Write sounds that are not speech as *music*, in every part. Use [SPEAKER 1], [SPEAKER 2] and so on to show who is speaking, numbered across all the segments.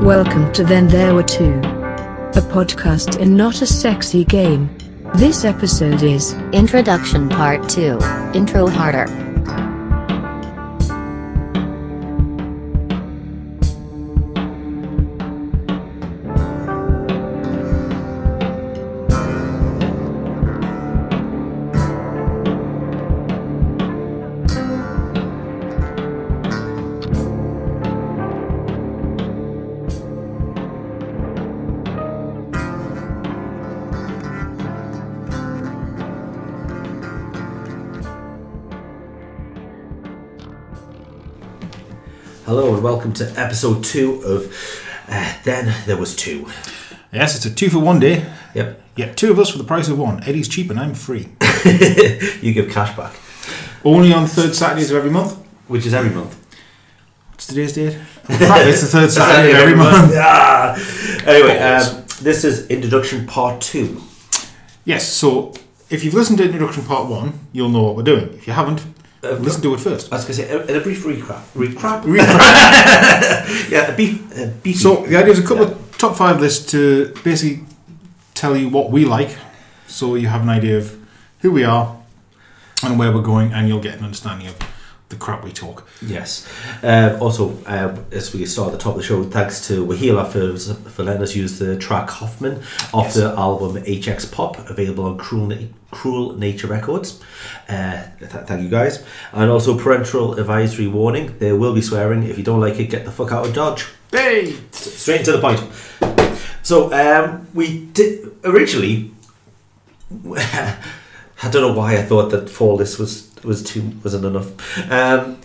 [SPEAKER 1] Welcome to Then There Were Two, a podcast and not a sexy game. This episode is
[SPEAKER 2] Introduction Part 2 Intro Harder.
[SPEAKER 3] Hello and welcome to episode two of uh, Then There Was Two.
[SPEAKER 4] Yes, it's a two for one day.
[SPEAKER 3] Yep,
[SPEAKER 4] Yeah, two of us for the price of one. Eddie's cheap and I'm free.
[SPEAKER 3] you give cash back,
[SPEAKER 4] Only on third Saturdays of every month.
[SPEAKER 3] which is every month.
[SPEAKER 4] What's today's date? *laughs* Friday, it's the third Saturday of every
[SPEAKER 3] *laughs*
[SPEAKER 4] month.
[SPEAKER 3] Ah. Anyway, um, this is introduction part two.
[SPEAKER 4] Yes, so if you've listened to introduction part one, you'll know what we're doing. If you haven't, listen to it first.
[SPEAKER 3] I was going to say, in a brief recap. Recap?
[SPEAKER 4] Re-
[SPEAKER 3] Yeah, a beef. A beef.
[SPEAKER 4] so the idea is a couple of top five lists to basically tell you what we like, so you have an idea of who we are and where we're going, and you'll get an understanding of the crap we talk.
[SPEAKER 3] Yes. Um, also, um, as we start at the top of the show, thanks to Wahila for, for letting us use the track Hoffman off the album HX Pop, available on Cruel, Na- Cruel Nature Records. Uh, th- thank you guys. And also, parental advisory warning there will be swearing. If you don't like it, get the fuck out of Dodge.
[SPEAKER 4] Hey!
[SPEAKER 3] Straight to the point. So, um, we did originally. *laughs* I don't know why I thought that four list was was too wasn't enough. Um,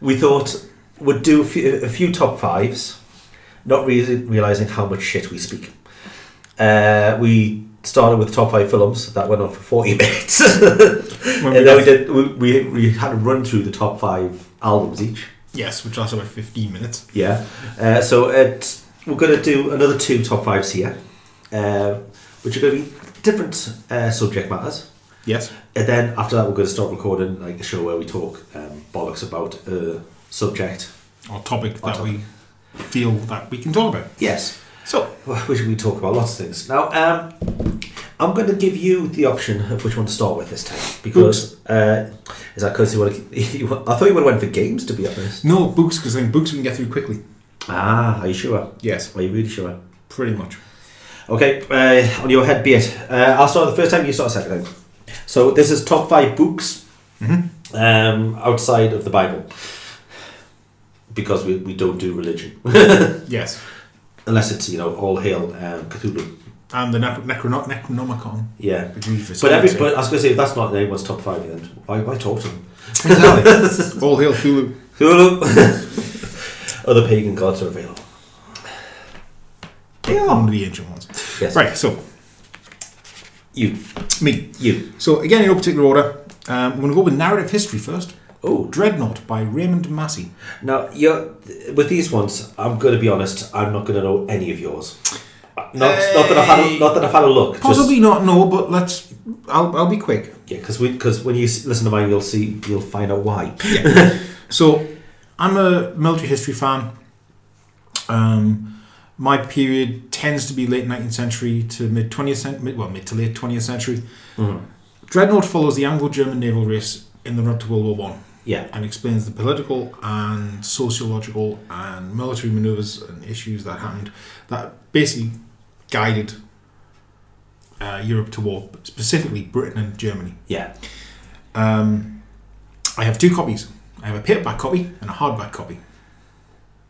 [SPEAKER 3] we thought we'd do a few, a few top fives, not really realizing how much shit we speak. Uh, we started with top five films that went on for forty *laughs* minutes, and
[SPEAKER 4] we
[SPEAKER 3] then we
[SPEAKER 4] got-
[SPEAKER 3] did we, we, we had to run through the top five albums each.
[SPEAKER 4] Yes, which lasts about 15 minutes.
[SPEAKER 3] Yeah. Uh, so it, we're going to do another two top fives here, uh, which are going to be different uh, subject matters.
[SPEAKER 4] Yes.
[SPEAKER 3] And then after that, we're going to start recording like a show where we talk um, bollocks about a subject.
[SPEAKER 4] or topic
[SPEAKER 3] Or
[SPEAKER 4] that
[SPEAKER 3] topic.
[SPEAKER 4] we feel that we can talk about.
[SPEAKER 3] Yes.
[SPEAKER 4] So,
[SPEAKER 3] Well, we should- we talk about lots of things. Now, um, I'm going to give you the option of which one to start with this time because uh, is that because you want to? *laughs* You, wa- I thought you would have went for games to be honest.
[SPEAKER 4] no books because then books we can get through quickly.
[SPEAKER 3] Ah, are you sure?
[SPEAKER 4] Yes,
[SPEAKER 3] Are you really sure?
[SPEAKER 4] pretty much.
[SPEAKER 3] Okay, uh, on your head be it. Uh, I'll start the first time, you start second time. So this is top five books um, outside of the Bible. Because we, we don't do religion. *laughs*
[SPEAKER 4] Yes,
[SPEAKER 3] Unless it's, you know, all hail um, Cthulhu.
[SPEAKER 4] and the Nep- Necrono- *laughs* Necronomicon.
[SPEAKER 3] Yeah.
[SPEAKER 4] which we've just
[SPEAKER 3] But, every,
[SPEAKER 4] gone
[SPEAKER 3] but I was going to say, if that's not anyone's top five, then why, why talk to them?
[SPEAKER 4] to. Exactly. all hail Hulu.
[SPEAKER 3] Cthulhu! *laughs* Other pagan gods are available.
[SPEAKER 4] They are one of the ancient ones.
[SPEAKER 3] Yes.
[SPEAKER 4] Right. So
[SPEAKER 3] You.
[SPEAKER 4] me.
[SPEAKER 3] You.
[SPEAKER 4] So again, in no particular order, um, I'm going to go with narrative history first.
[SPEAKER 3] Oh,
[SPEAKER 4] Dreadnought by Raymond Massey.
[SPEAKER 3] Now, you're, with these ones, I'm going to be honest. I'm not going to know any of yours. Not, not that I've had, a, not that I've had a look.
[SPEAKER 4] Possibly not. No, but let's. I'll, I'll be quick.
[SPEAKER 3] because because when you s- listen to mine, you'll see, you'll find out why.
[SPEAKER 4] So, I'm a military history fan. Um, my period tends to be late 19th century to mid 20th century, mid, well, mid to late 20th century. Dreadnought follows the Anglo-German naval race in the run up to World War One
[SPEAKER 3] Yeah,
[SPEAKER 4] and explains the political and sociological and military maneuvers and issues that happened that basically guided uh, Europe to war, specifically Britain and Germany.
[SPEAKER 3] yeah.
[SPEAKER 4] Um, I have two copies. I have a paperback copy and a hardback copy.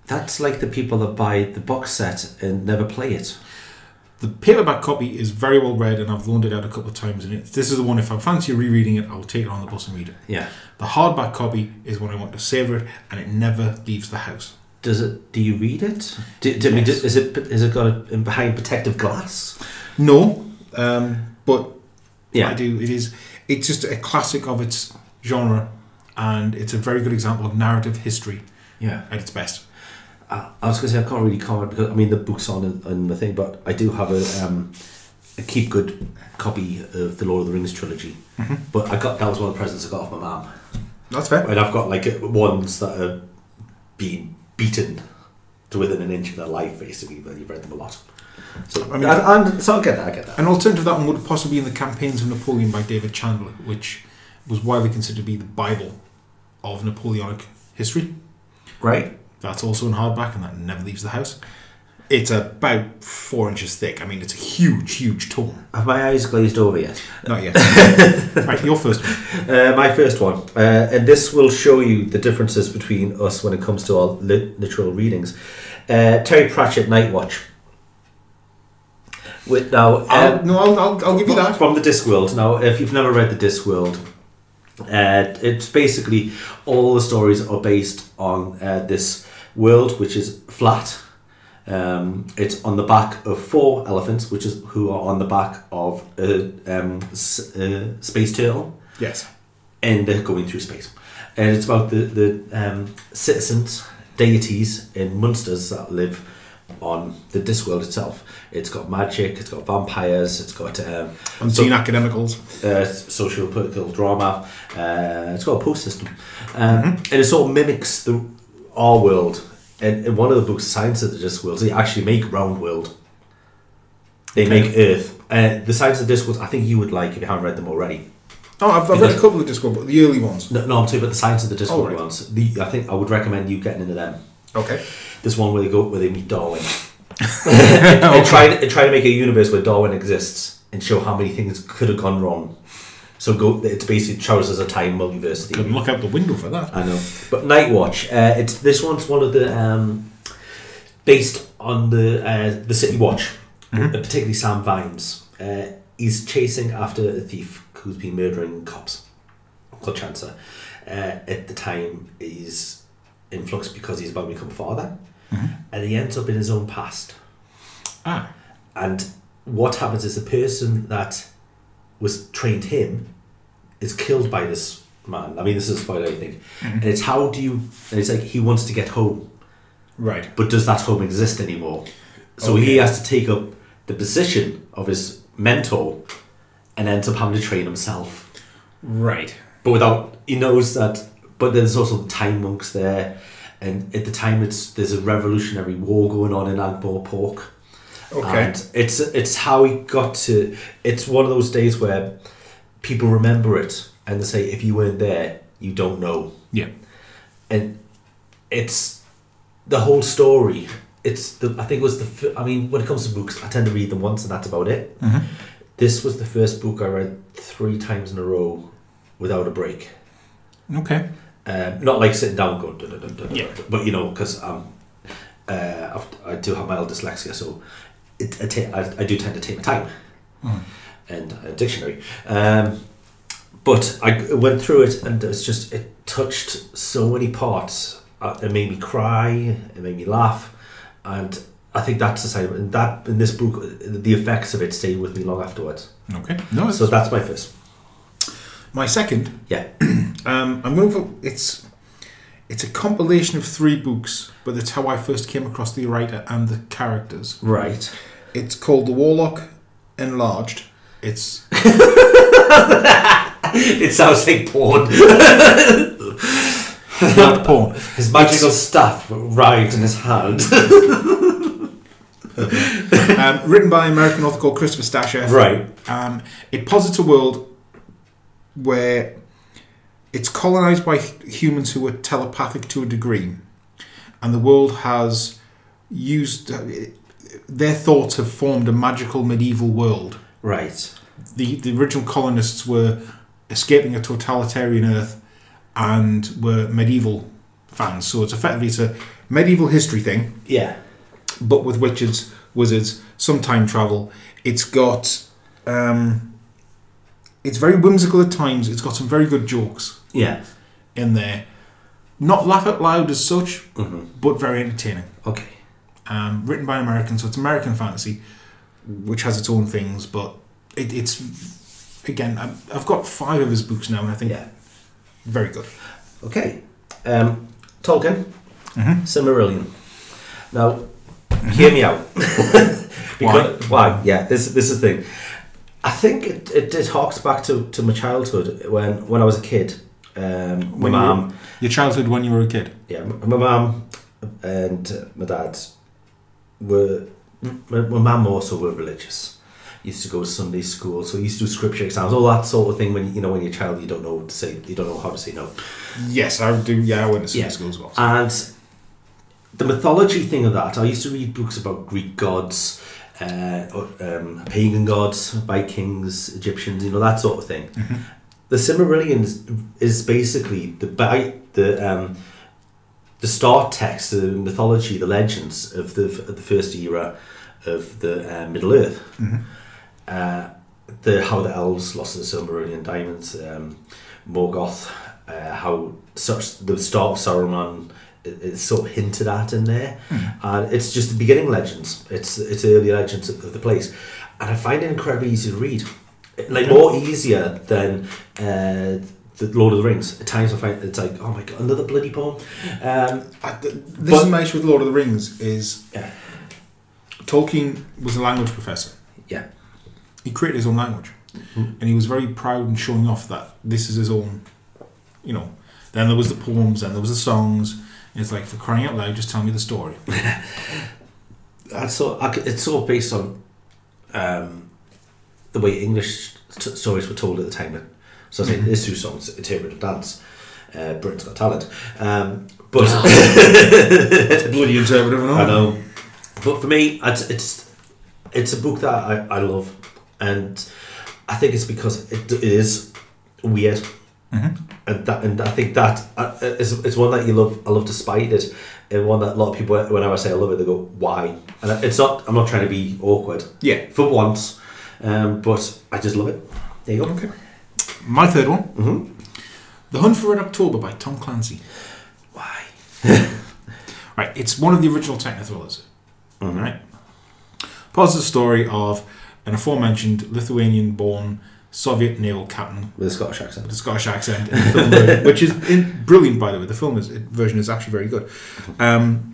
[SPEAKER 3] That's like the people that buy the box set and never play it.
[SPEAKER 4] The paperback copy is very well read, and I've loaned it out a couple of times. And it's, this is the one. If I fancy rereading it, I'll take it on the bus and read it.
[SPEAKER 3] Yeah.
[SPEAKER 4] The hardback copy is when I want to savor it, and it never leaves the house.
[SPEAKER 3] Does it? Do you read it? Do, do, I mean,
[SPEAKER 4] Yes.
[SPEAKER 3] is it? Is it got a, in behind protective glass?
[SPEAKER 4] No, um, but
[SPEAKER 3] Yeah.
[SPEAKER 4] I do. It is. It's just a classic of its genre, and it's a very good example of narrative history
[SPEAKER 3] Yeah.
[SPEAKER 4] at its best.
[SPEAKER 3] I, I was going to say I can't really comment because I mean the book's on and, and the thing, but I do have a, um, a keep good copy of the Lord of the Rings trilogy.
[SPEAKER 4] Mm-hmm.
[SPEAKER 3] But I got that was one of the presents I got off my mum,
[SPEAKER 4] That's fair.
[SPEAKER 3] and I've got like ones that are being beaten to within an inch of their life, basically. But you've read them a lot. So,
[SPEAKER 4] I mean-
[SPEAKER 3] and, and so I get that. I get that.
[SPEAKER 4] An alternative to that one would possibly be in the Campaigns of Napoleon by David Chandler, which was widely considered to be the Bible of Napoleonic history.
[SPEAKER 3] Right.
[SPEAKER 4] That's also in hardback, and that never leaves the house. It's about four inches thick. I mean, it's a huge, huge tome.
[SPEAKER 3] Have my eyes glazed over yet?
[SPEAKER 4] Not *laughs* yet. right, your first one.
[SPEAKER 3] Uh, my first one, uh, and this will show you the differences between us when it comes to our lit- literal readings. Uh, Terry Pratchett, Night Watch. With now,
[SPEAKER 4] I'll,
[SPEAKER 3] um,
[SPEAKER 4] no, I'll, I'll, I'll give you that.
[SPEAKER 3] from the Discworld. Now, if you've never read the Discworld, uh, it's basically all the stories are based on uh, this world which is flat. Um, it's on the back of four elephants, which is who are on the back of a um, s- uh, space turtle
[SPEAKER 4] Yes.
[SPEAKER 3] and they're going through space. And it's about the, the um, citizens, deities, and monsters that live on the Discworld itself. It's got magic, it's got vampires, it's got um,
[SPEAKER 4] Unseen academicals.
[SPEAKER 3] uh, social political drama. Uh, it's got a post system, um, and it sort of mimics the our world. And in one of the books, Science of the Discworld, they actually make Round World. They
[SPEAKER 4] Okay.
[SPEAKER 3] make Earth. Uh, the Science of the Discworld, I think you would like if you haven't read them already.
[SPEAKER 4] Oh, I've, I've read a couple of Discord, but the early ones.
[SPEAKER 3] No, no, I'm talking about the science of the Discord
[SPEAKER 4] Oh, right.
[SPEAKER 3] ones. The, I think I would recommend you getting into them.
[SPEAKER 4] Okay.
[SPEAKER 3] There's one where they go where they meet
[SPEAKER 4] *laughs*
[SPEAKER 3] Darwin. and,
[SPEAKER 4] Oh.
[SPEAKER 3] and try to, and try to make a universe where Darwin exists and show how many things could have gone wrong. So go. It's basically Charles as a time multiverse theory.
[SPEAKER 4] Couldn't look out the window for that.
[SPEAKER 3] I know. But Night Watch. Uh, it's this one's one of the um, based on the uh, the City Watch, uh, particularly Sam Vimes. Uh, he's chasing after a thief who's been murdering cops called Chancer. Uh, at the time, he's in flux because he's about to become a father, and he ends up in his own past.
[SPEAKER 4] Ah.
[SPEAKER 3] And what happens is the person that was trained him is killed by this man. I mean, this is a spoiler, I think. And it's how do you? And it's like he wants to get home,
[SPEAKER 4] Right.
[SPEAKER 3] but does that home exist anymore? So he
[SPEAKER 4] Okay.
[SPEAKER 3] has to take up the position of his mentor, and ends up having to train himself.
[SPEAKER 4] Right.
[SPEAKER 3] But without he knows that. But there's also time monks there, and at the time it's there's a revolutionary war going on in Angkor Pork.
[SPEAKER 4] Okay.
[SPEAKER 3] And it's it's how he got to. It's one of those days where people remember it and they say, if you weren't there, you don't know.
[SPEAKER 4] yeah.
[SPEAKER 3] And it's the whole story. It's the I think it was the. fir- I mean, when it comes to books, I tend to read them once and that's about it. This was the first book I read three times in a row without a break.
[SPEAKER 4] Okay.
[SPEAKER 3] Um, not like sitting down going, duh, duh, duh, duh, duh,
[SPEAKER 4] Yeah.
[SPEAKER 3] duh, but you know, because um, uh, I've- I do have mild dyslexia, so it, I, ta- I, I do tend to take my time and a dictionary. Um, but I g- went through it, and it's just it touched so many parts. Uh, it made me cry. It made me laugh, and I think that's the same. And that in this book, the effects of it stay with me long afterwards.
[SPEAKER 4] Okay. No,
[SPEAKER 3] So that's my first.
[SPEAKER 4] my second
[SPEAKER 3] Yeah.
[SPEAKER 4] Um, I'm going for it's it's a compilation of three books, but that's how I first came across the writer and the characters.
[SPEAKER 3] Right.
[SPEAKER 4] It's called The Warlock Enlarged. It's
[SPEAKER 3] *laughs* It sounds like porn.
[SPEAKER 4] not porn.
[SPEAKER 3] His magical staff writhed in his *laughs* hand.
[SPEAKER 4] Um, written by an American author called Christopher Stasheff.
[SPEAKER 3] right.
[SPEAKER 4] Um, it posits a world where it's colonized by h- humans who are telepathic to a degree, and the world has used uh, their thoughts have formed a magical medieval world.
[SPEAKER 3] Right.
[SPEAKER 4] the, the original colonists were escaping a totalitarian Earth and were medieval fans. So it's effectively it's a medieval history thing,
[SPEAKER 3] Yeah.
[SPEAKER 4] but with witches, wizards, some time travel. It's got um, it's very whimsical at times. It's got some very good jokes
[SPEAKER 3] Yeah.
[SPEAKER 4] in there. Not laugh out loud as such,
[SPEAKER 3] Mhm.
[SPEAKER 4] but very entertaining.
[SPEAKER 3] Okay.
[SPEAKER 4] Um, written by an American, so it's American fantasy, which has its own things, but it, it's again. I've, I've got five of his books now, and I think
[SPEAKER 3] Yeah.
[SPEAKER 4] very good.
[SPEAKER 3] Okay. Um, Tolkien, Mm-hmm. Silmarillion. Now, hear me *laughs* out. because, Mm-hmm. why? Yeah. This this is the thing. I think it, it, it harks back to, to my childhood when when I was a kid. Um, my
[SPEAKER 4] you
[SPEAKER 3] mum.
[SPEAKER 4] were- your childhood when you were a kid.
[SPEAKER 3] Yeah, m- my mum and my dad were my, my mum also were religious. Used to go to Sunday school, so used to do scripture exams, all that sort of thing. When you know when you're a child, you don't know what to say, you don't know how to say no.
[SPEAKER 4] Yes, I would do. Yeah, I went to Sunday
[SPEAKER 3] Yeah. Uh,
[SPEAKER 4] school as well. so-
[SPEAKER 3] And the mythology thing of that, I used to read books about Greek gods, uh, or, um, pagan gods, Vikings, Egyptians, you know that sort of thing. The Cimmerillion is- is basically the by the um, the start text, the mythology, the legends of the of the first era of the uh, Middle Earth. Uh, the how the elves lost the Silmarillion diamonds, um, Morgoth, uh, how such the start of Saruman i- is sort of hinted at in there, and it's just the beginning legends. It's it's early legends of, of the place, and I find it incredibly easy to read, like more easier than. Uh, the Lord of the Rings. At times I find it's like, oh my god, another bloody poem. Um,
[SPEAKER 4] I, th- this
[SPEAKER 3] But-
[SPEAKER 4] is my issue with Lord of the Rings is
[SPEAKER 3] Yeah.
[SPEAKER 4] Tolkien was a language professor.
[SPEAKER 3] yeah,
[SPEAKER 4] He created his own language, and he was very proud in showing off that this is his own. You know, then there was the poems, then there was the songs. And it's like for crying out loud, just tell me the story.
[SPEAKER 3] that's sort. I c it's sort of based on um, the way English t- stories were told at the time. then. So I think there's two songs: "Interpretive Dance," uh, "Britain's Got Talent," um, but
[SPEAKER 4] Bloody interpretive and all.
[SPEAKER 3] *coughs* I know. But for me, it's it's, it's a book that I, I love, and I think it's because it, it is weird, and that and I think that uh, it's, it's one that you love. I love despite it, and one that a lot of people whenever I say I love it, they go why? And it's not. I'm not trying to be awkward.
[SPEAKER 4] Yeah.
[SPEAKER 3] For once, um, but I just love it. There you go.
[SPEAKER 4] Okay. My third one. Mm-hmm. The Hunt for Red October by Tom Clancy.
[SPEAKER 3] Why?
[SPEAKER 4] *laughs* Right, it's one of the original techno thrillers. Right. Positive story of an aforementioned Lithuanian born Soviet naval captain
[SPEAKER 3] With a Scottish accent.
[SPEAKER 4] with a Scottish accent, in the film version, which is in, brilliant, by the way. The film is, version is actually very good. Um,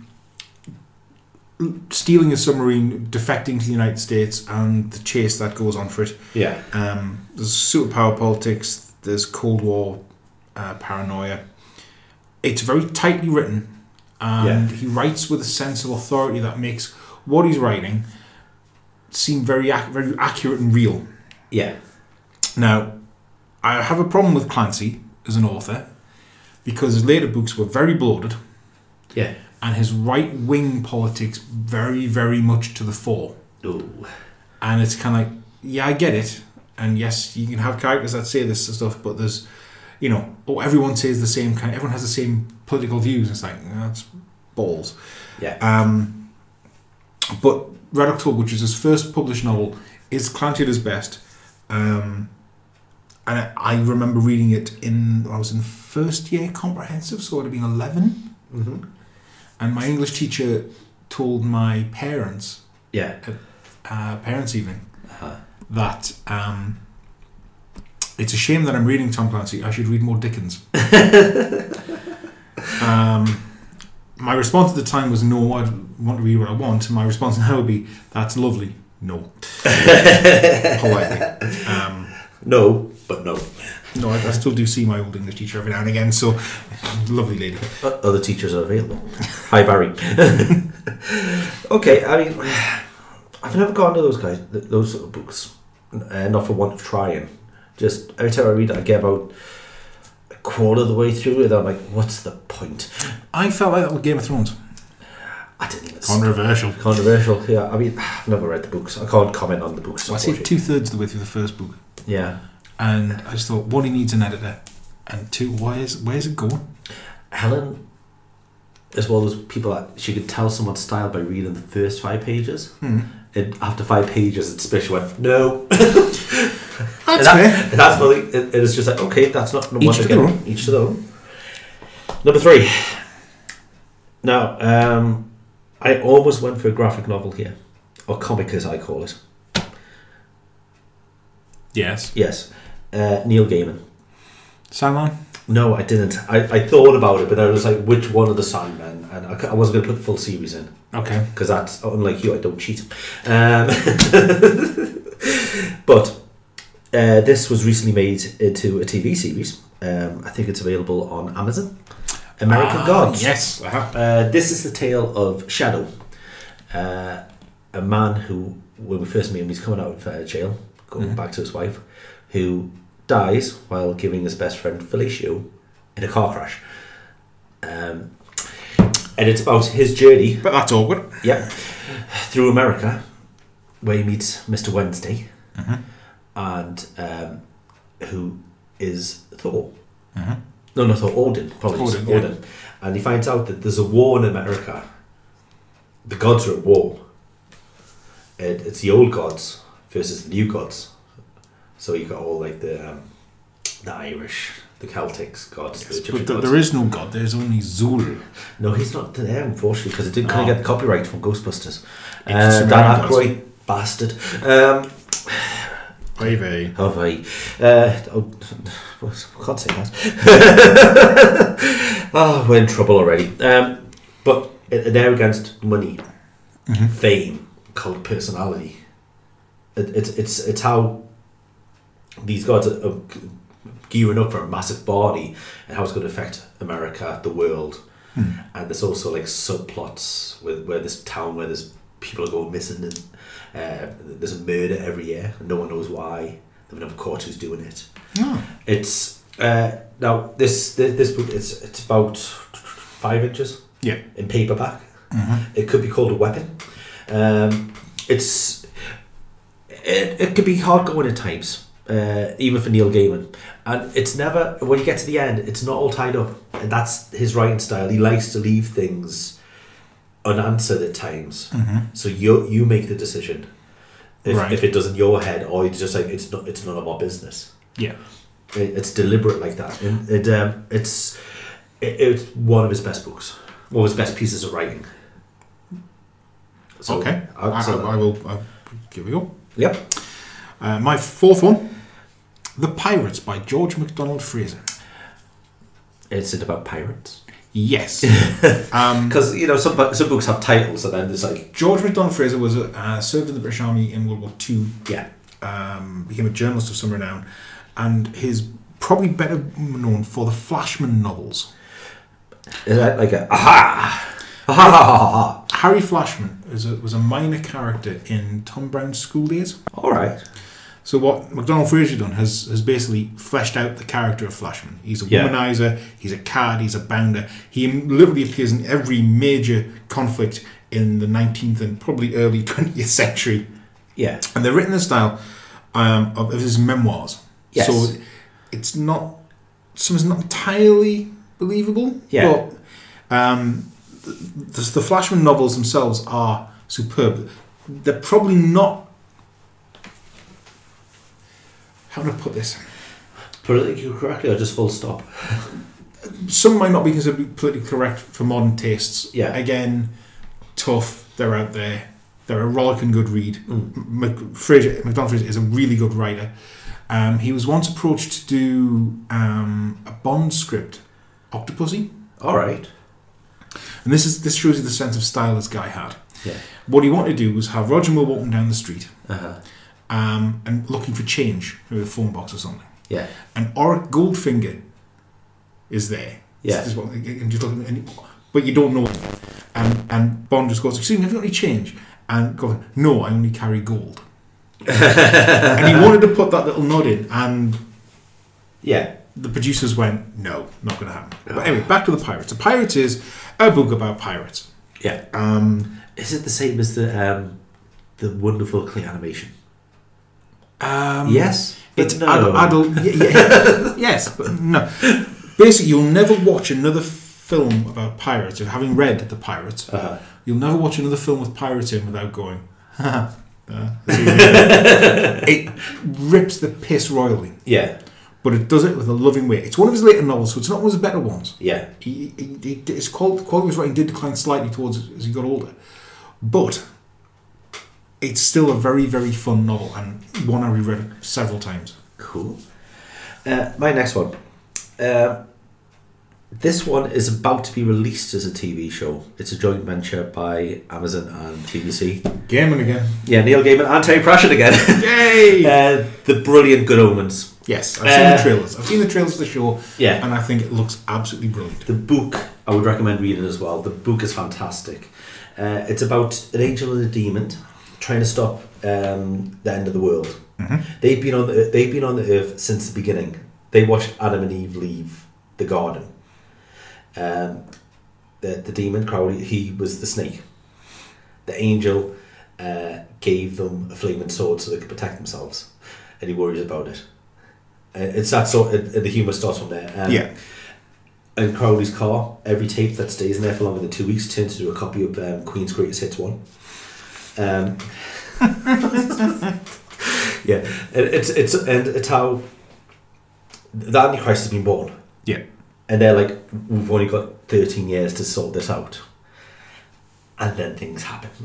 [SPEAKER 4] stealing a submarine, defecting to the United States, and the chase that goes on for it.
[SPEAKER 3] Yeah.
[SPEAKER 4] Um, there's superpower politics. There's Cold War uh, paranoia. It's very tightly written, and he writes with a sense of authority that makes what he's writing seem very ac- very accurate and real.
[SPEAKER 3] Yeah.
[SPEAKER 4] Now, I have a problem with Clancy as an author because his later books were very bloated,
[SPEAKER 3] Yeah.
[SPEAKER 4] and his right wing politics very very much to the fore.
[SPEAKER 3] Ooh.
[SPEAKER 4] and it's kind of like yeah i get it and yes you can have characters that say this and stuff but there's you know oh everyone says the same kind everyone has the same political views it's like "Nah, that's balls
[SPEAKER 3] Yeah.
[SPEAKER 4] um, but red october which is his first published novel is clancy at his best um, and I, I remember reading it in i was in first year comprehensive so i'd have been 11
[SPEAKER 3] Mhm.
[SPEAKER 4] and my english teacher told my parents
[SPEAKER 3] Yeah.
[SPEAKER 4] uh, parents' evening
[SPEAKER 3] Uh-huh.
[SPEAKER 4] that um, it's a shame that I'm reading Tom Clancy. I should read more Dickens. um, my response at the time was no. I want to read what I want. My response now would be that's lovely. No, politely. Um,
[SPEAKER 3] No, but no.
[SPEAKER 4] no, I, I still do see my old English teacher every now and again. So lovely lady.
[SPEAKER 3] But other teachers are available. *laughs* Hi, Barry. okay, I mean, I've never gone to those guys, th- those sort of books, uh, not for want of trying. Just every time I read it, I get about a quarter of the way through it. I'm like, what's the point?
[SPEAKER 4] I felt like that with Game of Thrones.
[SPEAKER 3] I didn't. It's
[SPEAKER 4] Controversial.
[SPEAKER 3] controversial. Yeah, I mean, I've never read the books. I can't comment on the books.
[SPEAKER 4] I see
[SPEAKER 3] unfortunately.
[SPEAKER 4] two thirds of the way through the first book.
[SPEAKER 3] Yeah.
[SPEAKER 4] and I just thought, one, he needs an editor, and two, why is where's it going?
[SPEAKER 3] Helen, as well as people that she could tell someone's style by reading the first five pages.
[SPEAKER 4] Hmm.
[SPEAKER 3] And after five pages, it's special. Went,
[SPEAKER 4] *laughs*
[SPEAKER 3] no,
[SPEAKER 4] That's
[SPEAKER 3] And
[SPEAKER 4] fair.
[SPEAKER 3] and That's really, it, it is just like, okay, that's not
[SPEAKER 4] Each
[SPEAKER 3] once
[SPEAKER 4] to
[SPEAKER 3] again,
[SPEAKER 4] their own.
[SPEAKER 3] Each to their own. Number three. Now, um, I almost went for a graphic novel here, or comic as I call it.
[SPEAKER 4] Yes.
[SPEAKER 3] Yes, uh, Neil Gaiman.
[SPEAKER 4] Sandman.
[SPEAKER 3] No, I didn't. I, I thought about it, but I was like, which one of the Sandmen? And I, c- I wasn't going to put the full series in.
[SPEAKER 4] Okay.
[SPEAKER 3] because that's unlike you, I don't cheat. Um, *laughs* but uh, this was recently made into a TV series. Um, I think it's available on Amazon. American
[SPEAKER 4] Ah,
[SPEAKER 3] Gods.
[SPEAKER 4] Yes. Uh-huh.
[SPEAKER 3] Uh, this is the tale of Shadow, uh, a man who, when we first meet him, he's coming out of uh, jail, going
[SPEAKER 4] Mm-hmm.
[SPEAKER 3] back to his wife, who dies while giving his best friend Felicio in a car crash. Um, and it's about his journey,
[SPEAKER 4] But that's awkward.
[SPEAKER 3] yeah, through America, where he meets Mr. Wednesday,
[SPEAKER 4] Mm-hmm.
[SPEAKER 3] and um, who is Thor. No, not Thor, Odin. Apologies,
[SPEAKER 4] Mm-hmm. Odin,
[SPEAKER 3] Odin.
[SPEAKER 4] yeah.
[SPEAKER 3] And he finds out that there's a war in America. The gods are at war. And it's the old gods versus the new gods. So you got all like the um, the Irish, the Celtics gods, the Egyptian
[SPEAKER 4] But th-
[SPEAKER 3] gods.
[SPEAKER 4] there is no God. There's only Zul.
[SPEAKER 3] No, he's not there, unfortunately, because it did kind
[SPEAKER 4] No.
[SPEAKER 3] of get copyright from Ghostbusters.
[SPEAKER 4] It's
[SPEAKER 3] Uh, Dan
[SPEAKER 4] around us.
[SPEAKER 3] Aykroyd, bastard. Um,
[SPEAKER 4] Ivy.
[SPEAKER 3] have I? Uh, oh, I can't say that. *laughs* oh, we're in trouble already. Um, but uh, they're against money, fame, cult personality. It, it's it's it's how these gods are, are gearing up for a massive body and how it's going to affect America, the world. And there's also like subplots with where this town where there's people are going missing and uh, there's a murder every year and no one knows why. They've never caught who's doing it.
[SPEAKER 4] Ah.
[SPEAKER 3] It's uh, now this, this this book it's it's about five inches
[SPEAKER 4] Yeah.
[SPEAKER 3] in paperback. It could be called a weapon. Um, it's it, it could be hard going at times, uh, even for Neil Gaiman. And it's never when you get to the end, it's not all tied up, and that's his writing style. He likes to leave things unanswered at times, so you you make the decision. If,
[SPEAKER 4] Right.
[SPEAKER 3] if it does in your head, or it's just like it's not it's none of my business
[SPEAKER 4] Yeah.
[SPEAKER 3] it, it's deliberate like that and it, um, it's it, it's one of his best books one of his best pieces of writing So,
[SPEAKER 4] okay. I,
[SPEAKER 3] I'd
[SPEAKER 4] I,
[SPEAKER 3] say that.
[SPEAKER 4] I will. I'll give it a go.
[SPEAKER 3] yep
[SPEAKER 4] Uh, my fourth one, The Pirates by George MacDonald Fraser.
[SPEAKER 3] it's it about pirates
[SPEAKER 4] *laughs* Yes. Um,
[SPEAKER 3] because you know some bu- some books have titles and then there's like
[SPEAKER 4] George MacDonald Fraser was uh, served in the British Army in World War Two.
[SPEAKER 3] yeah
[SPEAKER 4] um, became a journalist of some renown, and he's probably better known for the Flashman novels.
[SPEAKER 3] is that like a aha *laughs* aha ha, ha, ha,
[SPEAKER 4] Harry Flashman is a, was a minor character in Tom Brown's school days.
[SPEAKER 3] ha. all right
[SPEAKER 4] So what MacDonald Fraser done has has basically fleshed out the character of Flashman. He's a
[SPEAKER 3] Yeah.
[SPEAKER 4] womanizer, he's a cad, he's a bounder. He literally appears in every major conflict in the 19th and probably early *laughs* 20th century.
[SPEAKER 3] yeah
[SPEAKER 4] and they're written in the style um, of, of his memoirs.
[SPEAKER 3] Yes.
[SPEAKER 4] So it's not something's not entirely believable.
[SPEAKER 3] Yeah.
[SPEAKER 4] But um, the, the Flashman novels themselves are superb. They're probably not. How do I put this?
[SPEAKER 3] politically correctly or just full stop
[SPEAKER 4] Some might not be considered politically correct for modern tastes.
[SPEAKER 3] Yeah.
[SPEAKER 4] Again, tough. They're out there. They're a rollicking good read.
[SPEAKER 3] Mm.
[SPEAKER 4] Mac- Fraser, MacDonald Fraser is a really good writer. Um, he was once approached to do um, a Bond script, Octopussy,
[SPEAKER 3] all right
[SPEAKER 4] and this is this shows you the sense of style this guy had.
[SPEAKER 3] yeah
[SPEAKER 4] What he wanted to do was have Roger Moore walking down the street
[SPEAKER 3] uh-huh.
[SPEAKER 4] um, and looking for change with a phone box or something.
[SPEAKER 3] yeah
[SPEAKER 4] And Oric Goldfinger is there.
[SPEAKER 3] Yeah.
[SPEAKER 4] This is what- and just looking, and, but you don't know. him. And and Bond just goes, "Excuse me, have you got any change?" And Goldfinger, "No, I only carry gold." and he wanted to put that little nod in, and
[SPEAKER 3] yeah
[SPEAKER 4] the producers went, "No, not going to happen." But anyway, back to the pirates. The pirates is a book about pirates.
[SPEAKER 3] yeah
[SPEAKER 4] Um,
[SPEAKER 3] is it the same as the um the wonderful clay animation
[SPEAKER 4] um,
[SPEAKER 3] yes but
[SPEAKER 4] It's adult. adult y-
[SPEAKER 3] *laughs*
[SPEAKER 4] y- yes, but no. Basically, you'll never watch another film about pirates. Or having read The Pirates,
[SPEAKER 3] Uh-huh.
[SPEAKER 4] you'll never watch another film with pirates in without going. *laughs* "Ha, ha,
[SPEAKER 3] *laughs*
[SPEAKER 4] there you go." it rips the piss royally,
[SPEAKER 3] yeah
[SPEAKER 4] but it does it with a loving way. It's one of his later novels, so it's not one of his better ones.
[SPEAKER 3] yeah
[SPEAKER 4] He, he, he, his quality, the quality of his writing did decline slightly towards as he got older, but it's still a very, very fun novel and one I reread several times.
[SPEAKER 3] Cool. Uh, my next one. Um, this one is about to be released as a TV show. It's a joint venture by Amazon and TBC.
[SPEAKER 4] Gaming again.
[SPEAKER 3] Yeah, Neil Gaiman and Terry Pratchett again. *laughs*
[SPEAKER 4] Yay!
[SPEAKER 3] uh, the brilliant Good Omens.
[SPEAKER 4] *laughs* yes, I've seen
[SPEAKER 3] uh,
[SPEAKER 4] the trailers. I've seen the trailers for the show,
[SPEAKER 3] Yeah.
[SPEAKER 4] and I think it looks absolutely brilliant.
[SPEAKER 3] The book I would recommend reading it as well. The book is fantastic. Uh, it's about an angel and a demon trying to stop um, the end of the world.
[SPEAKER 4] Mm-hmm.
[SPEAKER 3] They've been on the, they've been on the earth since the beginning. They watched Adam and Eve leave the garden. Um, the, the demon Crowley, he was the snake. The angel uh, gave them a flaming sword so they could protect themselves, and he worries about it. Uh, It's that sort. Of, the humor starts from there. Um,
[SPEAKER 4] Yeah.
[SPEAKER 3] in Crowley's car, every tape that stays in there for longer than two weeks turns into a copy of um, Queen's Greatest Hits 1. Um, *laughs* yeah, and it's, it's, and it's how the Antichrist has been born.
[SPEAKER 4] Yeah.
[SPEAKER 3] And they're like, we've only got 13 years to sort this out. And then things happen. *laughs*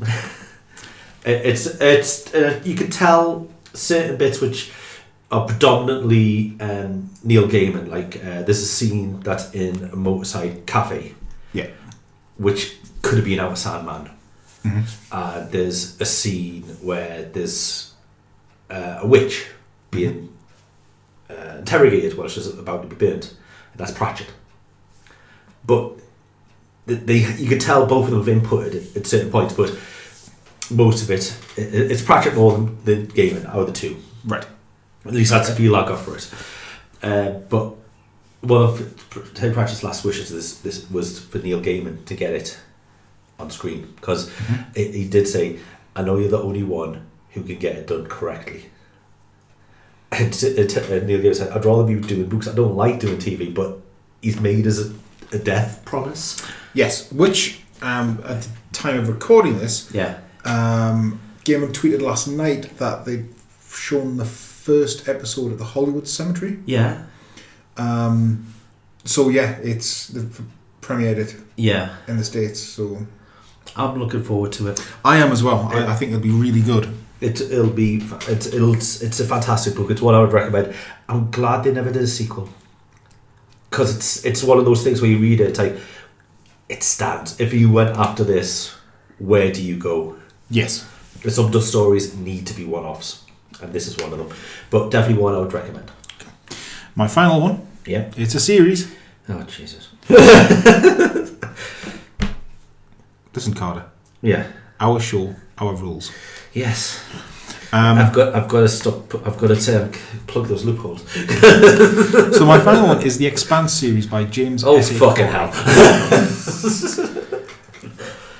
[SPEAKER 3] It- it's, it's, uh, you can tell certain bits which are predominantly um, Neil Gaiman. Like, uh, there's a scene that's in a motorside cafe,
[SPEAKER 4] Yeah.
[SPEAKER 3] which could have been out of Sandman. Uh, there's a scene where there's uh, a witch being uh, interrogated while she's about to be burnt. And that's Pratchett. But th- they, you could tell both of them have inputted at, at certain points, but most of it, i- i it's Pratchett more than, than Gaiman out of the two.
[SPEAKER 4] Right.
[SPEAKER 3] At least that's a feel I got for it. Uh, but one of Pr- Terry Pratchett's last wishes this, this was for Neil Gaiman to get it on screen because he did say, "I know you're the only one who can get it done correctly." And, t- and t- and Neil Gaiman said, "I'd rather be doing books. I don't like doing TV, but he's made us a, a death promise."
[SPEAKER 4] Yes. Which um, at the time of recording this,
[SPEAKER 3] Yeah,
[SPEAKER 4] um, Gaiman tweeted last night that they'd shown the first episode of the Hollywood Cemetery.
[SPEAKER 3] yeah,
[SPEAKER 4] Um, so yeah, it's they've premiered it
[SPEAKER 3] yeah.
[SPEAKER 4] in the states. So
[SPEAKER 3] I'm looking forward to it.
[SPEAKER 4] I am as well. I, I think it'll be really good.
[SPEAKER 3] It, it'll be it's it'll, it's a fantastic book. It's one I would recommend. I'm glad they never did a sequel because it's it's one of those things where you read it, it's like it stands. If you went after this, where do you go?
[SPEAKER 4] Yes.
[SPEAKER 3] Some dust stories need to be one offs, and this is one of them. But definitely one I would recommend.
[SPEAKER 4] My final one.
[SPEAKER 3] Yeah.
[SPEAKER 4] It's a series.
[SPEAKER 3] Oh Jesus.
[SPEAKER 4] Listen, Carter.
[SPEAKER 3] Yeah.
[SPEAKER 4] Our show, our rules.
[SPEAKER 3] Yes.
[SPEAKER 4] Um,
[SPEAKER 3] I've got I've got to stop. I've got to um, plug those loopholes.
[SPEAKER 4] so my final one is the Expanse series by James.
[SPEAKER 3] Oh
[SPEAKER 4] S.A.
[SPEAKER 3] fucking
[SPEAKER 4] Corey.
[SPEAKER 3] hell!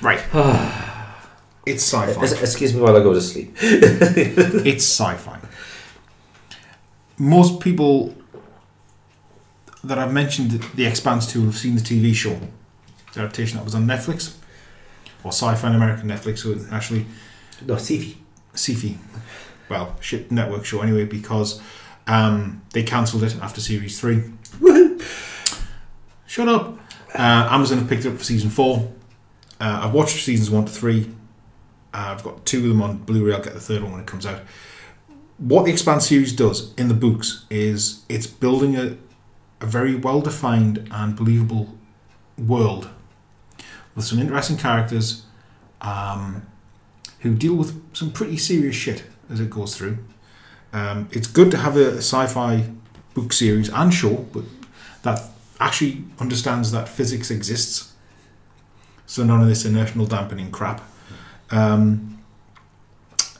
[SPEAKER 4] Right. it's sci-fi.
[SPEAKER 3] Excuse me while I go to sleep.
[SPEAKER 4] it's sci-fi. Most people that I've mentioned the Expanse to have seen the TV show the adaptation that was on Netflix or Sci-Fi on American Netflix. So it's actually
[SPEAKER 3] No, TV.
[SPEAKER 4] sci well, shit network show anyway because um, they cancelled it after series three. Shut up. Uh, Amazon have picked it up for season four. Uh, I've watched seasons one to three. Uh, I've got two of them on Blu-ray. I'll get the third one when it comes out. What the Expanse series does in the books is it's building a, a very well-defined and believable world with some interesting characters um, who deal with some pretty serious shit as it goes through. Um, it's good to have a, a sci-fi book series and show, but that actually understands that physics exists. So none of this inertial dampening crap. Um,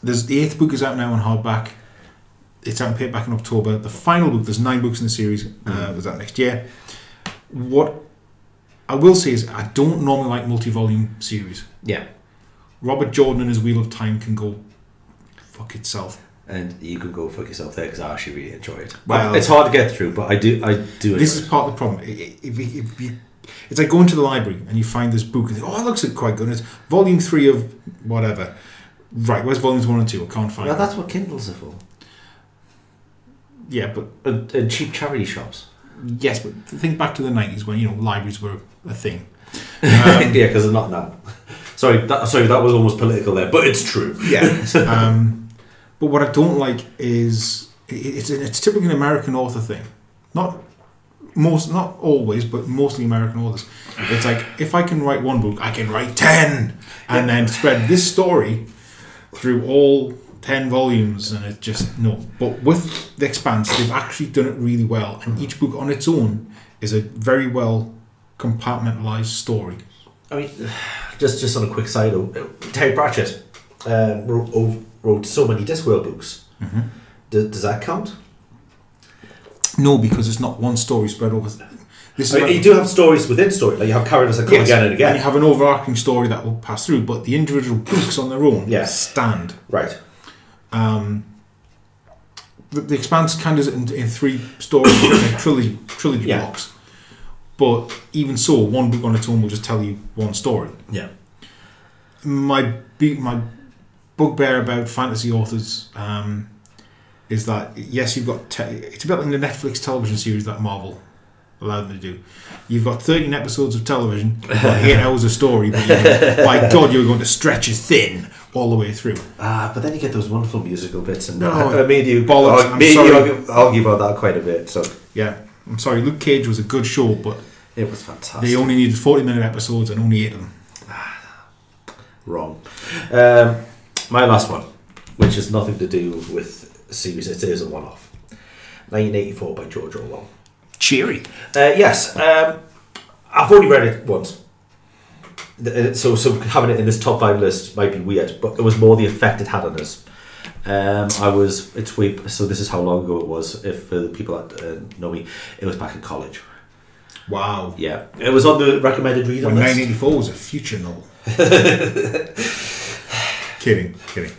[SPEAKER 4] there's the eighth book is out now on hardback. It's out in paperback in October. The final book, there's nine books in the series, uh, was out next year. What I will say is I don't normally like multi-volume series.
[SPEAKER 3] Yeah.
[SPEAKER 4] Robert Jordan and his Wheel of Time can go fuck itself.
[SPEAKER 3] and you can go fuck yourself there because I actually really enjoy it.
[SPEAKER 4] Well-
[SPEAKER 3] it's hard to get through, but I do, I do.
[SPEAKER 4] This
[SPEAKER 3] enjoy
[SPEAKER 4] is part of the problem. I- I- If, you- if you, it's like going to the library and you find this book and you think, oh, it looks quite good. And it's volume three of whatever. Right, where's volumes one and two? I can't
[SPEAKER 3] it.
[SPEAKER 4] find
[SPEAKER 3] Now
[SPEAKER 4] them.
[SPEAKER 3] that's what Kindles are for,
[SPEAKER 4] Yeah, but
[SPEAKER 3] and, and cheap charity shops.
[SPEAKER 4] yes, but think back to the 90s when, you know, libraries were a thing.
[SPEAKER 3] *laughs* yeah, because they're not now. *laughs* Sorry, that, sorry, that was almost political there, but it's true.
[SPEAKER 4] Yeah. *laughs* um, but what I don't like is i- it's it's typically an American author thing. Not most, not always, but mostly American authors. It's like if I can write one book, I can write ten, and then spread this story through all ten volumes, and it just no. But with the Expanse, they've actually done it really well, and each book on its own is a very well compartmentalized story.
[SPEAKER 3] I mean, *sighs* just just on a quick side note, Terry Pratchett um, wrote, oh, wrote so many Discworld books. Does, does that count?
[SPEAKER 4] No, because it's not one story spread over. This
[SPEAKER 3] I mean,
[SPEAKER 4] when-
[SPEAKER 3] you do have stories within story, like you have characters that come
[SPEAKER 4] Yes,
[SPEAKER 3] again and again.
[SPEAKER 4] you have an overarching story that will pass through, but the individual
[SPEAKER 3] *clears throat*
[SPEAKER 4] books on their own
[SPEAKER 3] Yes.
[SPEAKER 4] stand.
[SPEAKER 3] right.
[SPEAKER 4] The, the Expanse kind of is in, in three stories, *coughs* in a trilogy, trilogy
[SPEAKER 3] Yeah.
[SPEAKER 4] blocks. But even so, one book on its own will just tell you one story.
[SPEAKER 3] Yeah.
[SPEAKER 4] my be- my bugbear about fantasy authors um, is that yes, you've got te- it's a bit like the Netflix television series that Marvel allowed them to do. You've got thirteen episodes of television, you've got eight hours of story. But you my God, you're going to stretch it thin all the way through.
[SPEAKER 3] Ah, but then you get those wonderful musical bits, and *laughs*
[SPEAKER 4] No,
[SPEAKER 3] I, I made you
[SPEAKER 4] bollocks,
[SPEAKER 3] I
[SPEAKER 4] I'm
[SPEAKER 3] made
[SPEAKER 4] sorry.
[SPEAKER 3] you argue, argue about that quite a bit. So
[SPEAKER 4] Yeah, I'm sorry. Luke Cage was a good show, but
[SPEAKER 3] it was fantastic.
[SPEAKER 4] they only needed forty minute episodes and only eight of them.
[SPEAKER 3] wrong. Um, my last one, which has nothing to do with a series, it is a one off. 1984 by George Orwell.
[SPEAKER 4] Cheery.
[SPEAKER 3] Uh, yes, um, I've only read it once. Th- uh, So, so having it in this top five list might be weird, but it was more the effect it had on us. Um, I was it's way, so this is how long ago it was. If for the people that uh, know me, it was back in college.
[SPEAKER 4] Wow.
[SPEAKER 3] Yeah, it was on the recommended read
[SPEAKER 4] When
[SPEAKER 3] on list.
[SPEAKER 4] 1984 was a future novel. kidding, kidding.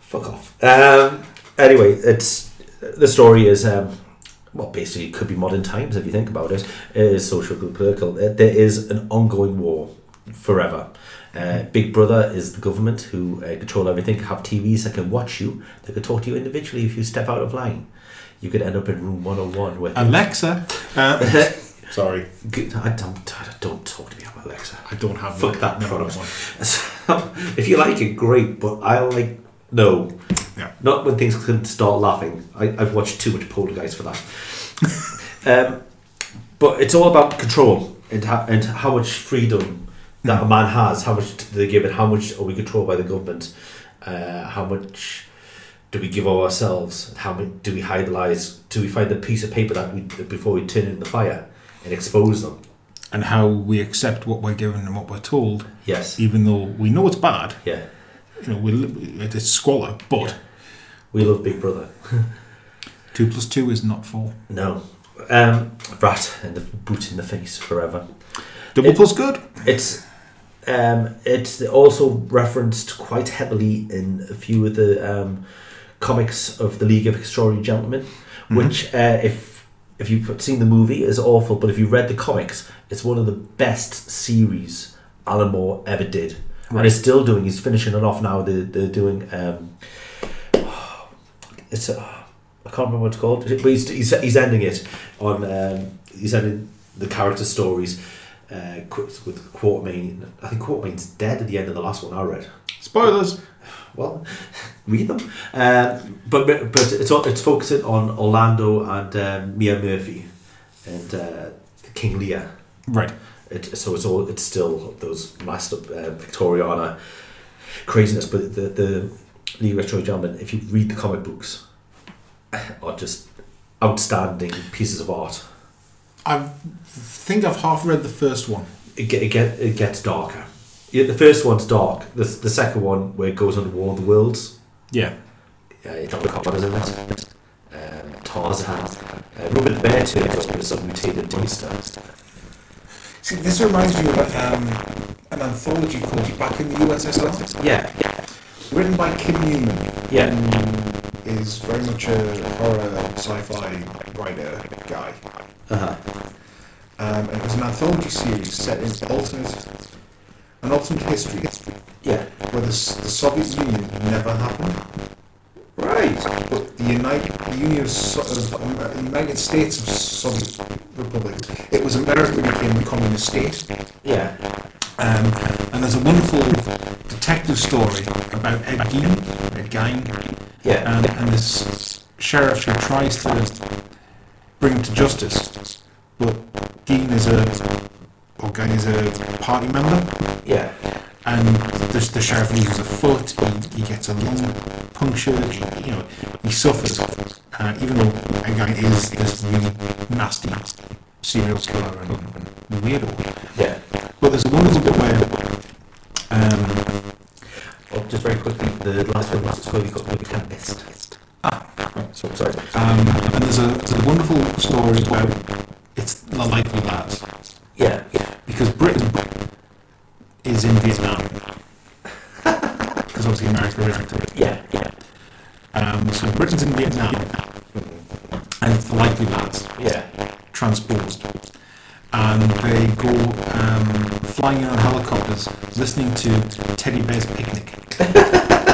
[SPEAKER 3] Fuck off. Um, anyway, it's the story is um, well, basically, it could be modern times if you think about it. It is social and political. Uh, There is an ongoing war forever. Uh, Big Brother is the government who uh, control everything. Have TVs that can watch you. They can talk to you individually if you step out of line. You could end up in room one hundred and one
[SPEAKER 4] Um,
[SPEAKER 3] with.
[SPEAKER 4] Alexa. Uh, *laughs* sorry,
[SPEAKER 3] G- I don't. I don't talk to me about Alexa.
[SPEAKER 4] I don't have
[SPEAKER 3] Fuck that
[SPEAKER 4] never had
[SPEAKER 3] product.
[SPEAKER 4] one.
[SPEAKER 3] So, *laughs* if you like it, great. But I like no.
[SPEAKER 4] Yeah.
[SPEAKER 3] Not when things can start laughing. I, I've watched too much Poltergeist for
[SPEAKER 4] *laughs*
[SPEAKER 3] that. um, but it's all about control and how, and how much freedom that
[SPEAKER 4] Hmm.
[SPEAKER 3] a man has. How much do they give it? How much are we controlled by the government? Uh, how much do we give of ourselves? How much do we hide the lies? Do we find the piece of paper that we before we turn it in the fire and expose them?
[SPEAKER 4] And how we accept what we're given and what we're told,
[SPEAKER 3] Yes.
[SPEAKER 4] even though we know it's bad.
[SPEAKER 3] Yeah.
[SPEAKER 4] You know, we li- it's squalor, but
[SPEAKER 3] We love Big Brother.
[SPEAKER 4] two plus two is not four.
[SPEAKER 3] No. Um, rat and the boot in the face forever.
[SPEAKER 4] Double
[SPEAKER 3] It-
[SPEAKER 4] plus good.
[SPEAKER 3] It's um, it's also referenced quite heavily in a few of the um, comics of the League of Extraordinary Gentlemen, which uh, if if you've seen the movie is awful, but if you read the comics, it's one of the best series Alan Moore ever did, and he's still doing. He's finishing it off now. They're, they're doing. Um, it's a, I can't remember what it's called, but he's, he's, he's ending it on um, he's ending the character stories uh, qu- with Quartermain. I think Quartermain's dead at the end of the last one I read.
[SPEAKER 4] Spoilers.
[SPEAKER 3] Well, *laughs* read them, uh, but but it's all- it's focusing on Orlando and um, Mia Murphy and uh, King Lear.
[SPEAKER 4] Right.
[SPEAKER 3] It, so it's all it's still those master uh, Victoriana craziness. But the the League of Extraordinary Gentlemen, if you read the comic books, are just outstanding pieces of art.
[SPEAKER 4] I think I've half read the first one.
[SPEAKER 3] It get, it, get, it gets darker. Yeah, the first one's dark. The, the second one where it goes on the War of the Worlds.
[SPEAKER 4] Yeah.
[SPEAKER 3] Uh, John Carpenter's in that. Um, Tarzan, uh, Robert Bear Turtles with some mutated monster.
[SPEAKER 4] See, this reminds me of um, an anthology called Back in the USSR,
[SPEAKER 3] Yeah,
[SPEAKER 4] written by Kim Newman.
[SPEAKER 3] yeah,
[SPEAKER 4] who is very much a horror sci-fi writer guy.
[SPEAKER 3] Uh-huh.
[SPEAKER 4] Um, and it was an anthology series set in alternate, an alternate history
[SPEAKER 3] yeah.
[SPEAKER 4] where the, S- the Soviet Union never happened,
[SPEAKER 3] Right.
[SPEAKER 4] but the United the Union of, so- of Amer- United States of Soviet Republic. It was America that became the communist state.
[SPEAKER 3] Yeah.
[SPEAKER 4] Um, and there's a wonderful detective story about Ed Gein, Ed Gein,
[SPEAKER 3] Yeah.
[SPEAKER 4] um, and this sheriff who tries to bring to justice, but Dean is a or Gang is a party member,
[SPEAKER 3] yeah.
[SPEAKER 4] and the, the sheriff loses a foot. He, he gets a lung puncture. He, you know, he suffers, uh, even though a guy is this really nasty serial killer and weirdo.
[SPEAKER 3] Yeah.
[SPEAKER 4] But there's one little bit where um,
[SPEAKER 3] Oh, just very quickly, the last film last week got the tempest. Ah, so sorry.
[SPEAKER 4] um, and there's a, there's a wonderful story about it's the likely lads
[SPEAKER 3] yeah, yeah,
[SPEAKER 4] because Britain is in Vietnam because obviously America isn't.
[SPEAKER 3] yeah, yeah,
[SPEAKER 4] Um, so Britain's in Vietnam, and it's the likely lads
[SPEAKER 3] yeah,
[SPEAKER 4] transposed, and they go um, flying in on helicopters, listening to Teddy Bear's Picnic. *laughs*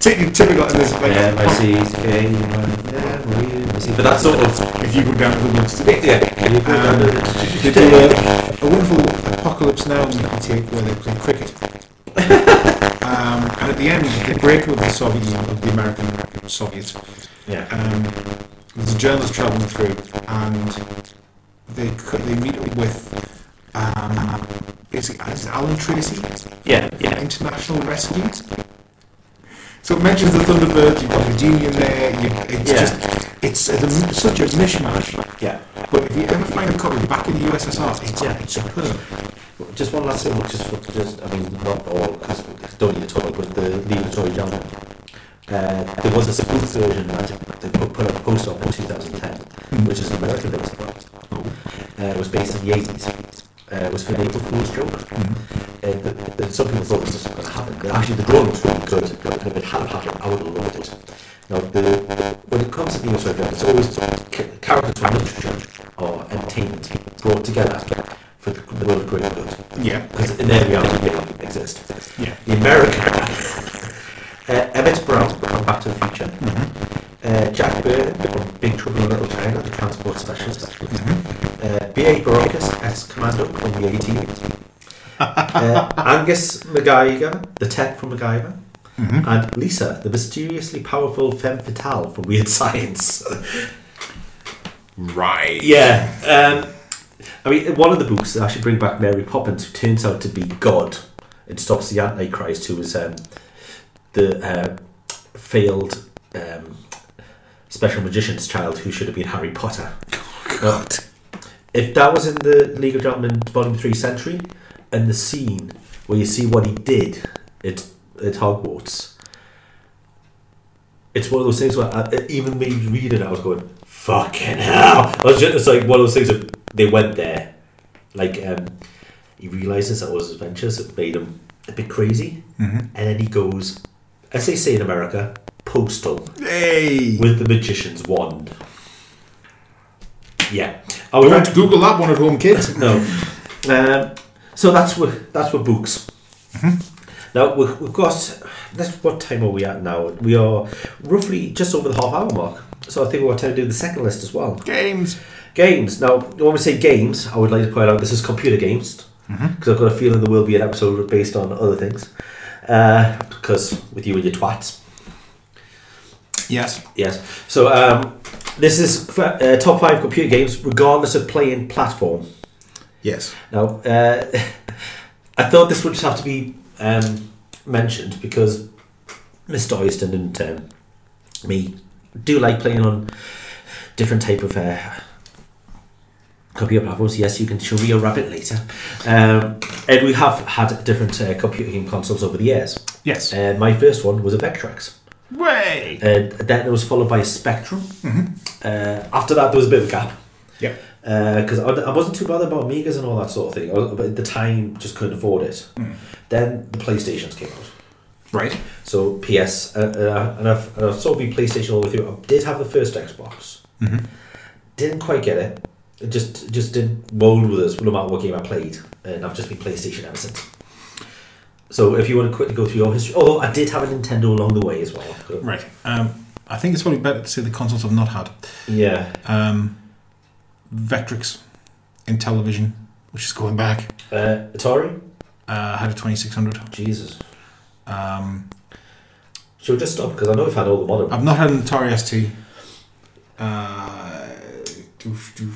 [SPEAKER 4] Typically, typical in this place.
[SPEAKER 3] yeah. I see. Okay, you know, yeah, we see. But that's sort of
[SPEAKER 4] If you go down to the woods today,
[SPEAKER 3] yeah. You go down
[SPEAKER 4] Um,
[SPEAKER 3] the-
[SPEAKER 4] they do a, a wonderful apocalypse now mixtape where they play cricket.
[SPEAKER 3] *laughs*
[SPEAKER 4] um, and at the end, they break with the Soviet Union, with the American Soviets.
[SPEAKER 3] yeah,
[SPEAKER 4] Um, there's a journalist travelling through, and they co- they meet up with um, basically is it Alan Tracy,
[SPEAKER 3] yeah, yeah,
[SPEAKER 4] International Rescue. So it mentions the Thunderbirds. You've got the Union there. You, it's
[SPEAKER 3] Yeah.
[SPEAKER 4] just it's, a, such a mishmash.
[SPEAKER 3] yeah.
[SPEAKER 4] But if you ever find a copy back in the USSR, it's,
[SPEAKER 3] Yeah.
[SPEAKER 4] it's superb.
[SPEAKER 3] Just one last thing, just, for- just I mean, not all, because don't need to talk, but the Leave Toy Jungle. Uh, there was a spoof version that they put, put a post up in 2010, which is an American that was about. Uh, it was based in the 80s. Uh, it was for an April Fool's joke. Uh, but, but some people thought this was going to happen. But actually, the drawing was really good, and if it had happened, I would have loved it. Now, the, when it comes to the English language, it's always ca- characters from literature or entertainment brought together for the, the world of great good
[SPEAKER 4] Yeah.
[SPEAKER 3] because in their reality they don't exist.
[SPEAKER 4] Yeah.
[SPEAKER 3] The American, uh, Emmett Brown from Back to the Future, uh, Jack Burton from Big Trouble in Little China, the transport specialist, uh, B.A. Baracus, ex commando from the A Team, uh, Angus MacGyver, the tech from MacGyver. And Lisa, the mysteriously powerful femme fatale from Weird Science.
[SPEAKER 4] Right.
[SPEAKER 3] Yeah. Um, I mean, in one of the books, they actually bring back Mary Poppins, who turns out to be God. It stops the Antichrist, who is um, the uh, failed um, special magician's child who should have been Harry Potter. God. If that was in the League of Gentlemen Volume 3 Century, and the scene where you see what he did at, at Hogwarts, it's one of those things where I, even me reading, it, I was going, "Fucking hell!" I was just, it's like one of those things that they went there, like um, he realizes that was his adventures that made him a bit crazy, and then he goes, as they say in America, postal
[SPEAKER 4] Hey.
[SPEAKER 3] with the magician's wand. Yeah, I would
[SPEAKER 4] Don't Google that one at home, kids.
[SPEAKER 3] no. Um, so that's what that's what books. Now we've, we've got. That's what time are we at now? We are roughly just over the half hour mark. So I think we're time to do the second list as well.
[SPEAKER 4] Games.
[SPEAKER 3] Games. Now, when we say games, I would like to point out this is computer games because I've got a feeling there will be an episode based on other things. Because with you and your twats.
[SPEAKER 4] Yes.
[SPEAKER 3] Yes. So um, this is f- uh, top five computer games, regardless of playing platform.
[SPEAKER 4] Yes.
[SPEAKER 3] Now, uh, *laughs* I thought this would just have to be um, mentioned because Mr. Oyston and um, me do like playing on different type of uh, computer platforms. Yes, you can show me your rabbit later. Um, and we have had different uh, computer game consoles over the years.
[SPEAKER 4] Yes.
[SPEAKER 3] Uh, my first one was a Vectrex.
[SPEAKER 4] Way.
[SPEAKER 3] And then it was followed by a Spectrum. Uh, after that, there was a bit of a gap
[SPEAKER 4] Yep.
[SPEAKER 3] because Uh, I, I wasn't too bothered about Amigas and all that sort of thing. I was, but at the time, just couldn't afford it. Then the PlayStations came out.
[SPEAKER 4] Right.
[SPEAKER 3] So PS, uh, uh, and I've, and I've sort of been PlayStation all the way through. I did have the first Xbox. Didn't quite get it. It just just didn't roll with us no matter what game I played. And I've just been PlayStation ever since. So if you want to quickly go through your history, although I did have a Nintendo along the way as well.
[SPEAKER 4] Right. Um, I think it's probably better to say the consoles I've not had.
[SPEAKER 3] Yeah.
[SPEAKER 4] Um, Vectrix in television, which is going back.
[SPEAKER 3] Uh, Atari.
[SPEAKER 4] Uh, I had a 2600.
[SPEAKER 3] Jesus.
[SPEAKER 4] Um,
[SPEAKER 3] So just stop because I know we've had all the modern.
[SPEAKER 4] I've not had an Atari ST. Uh, doof, doof.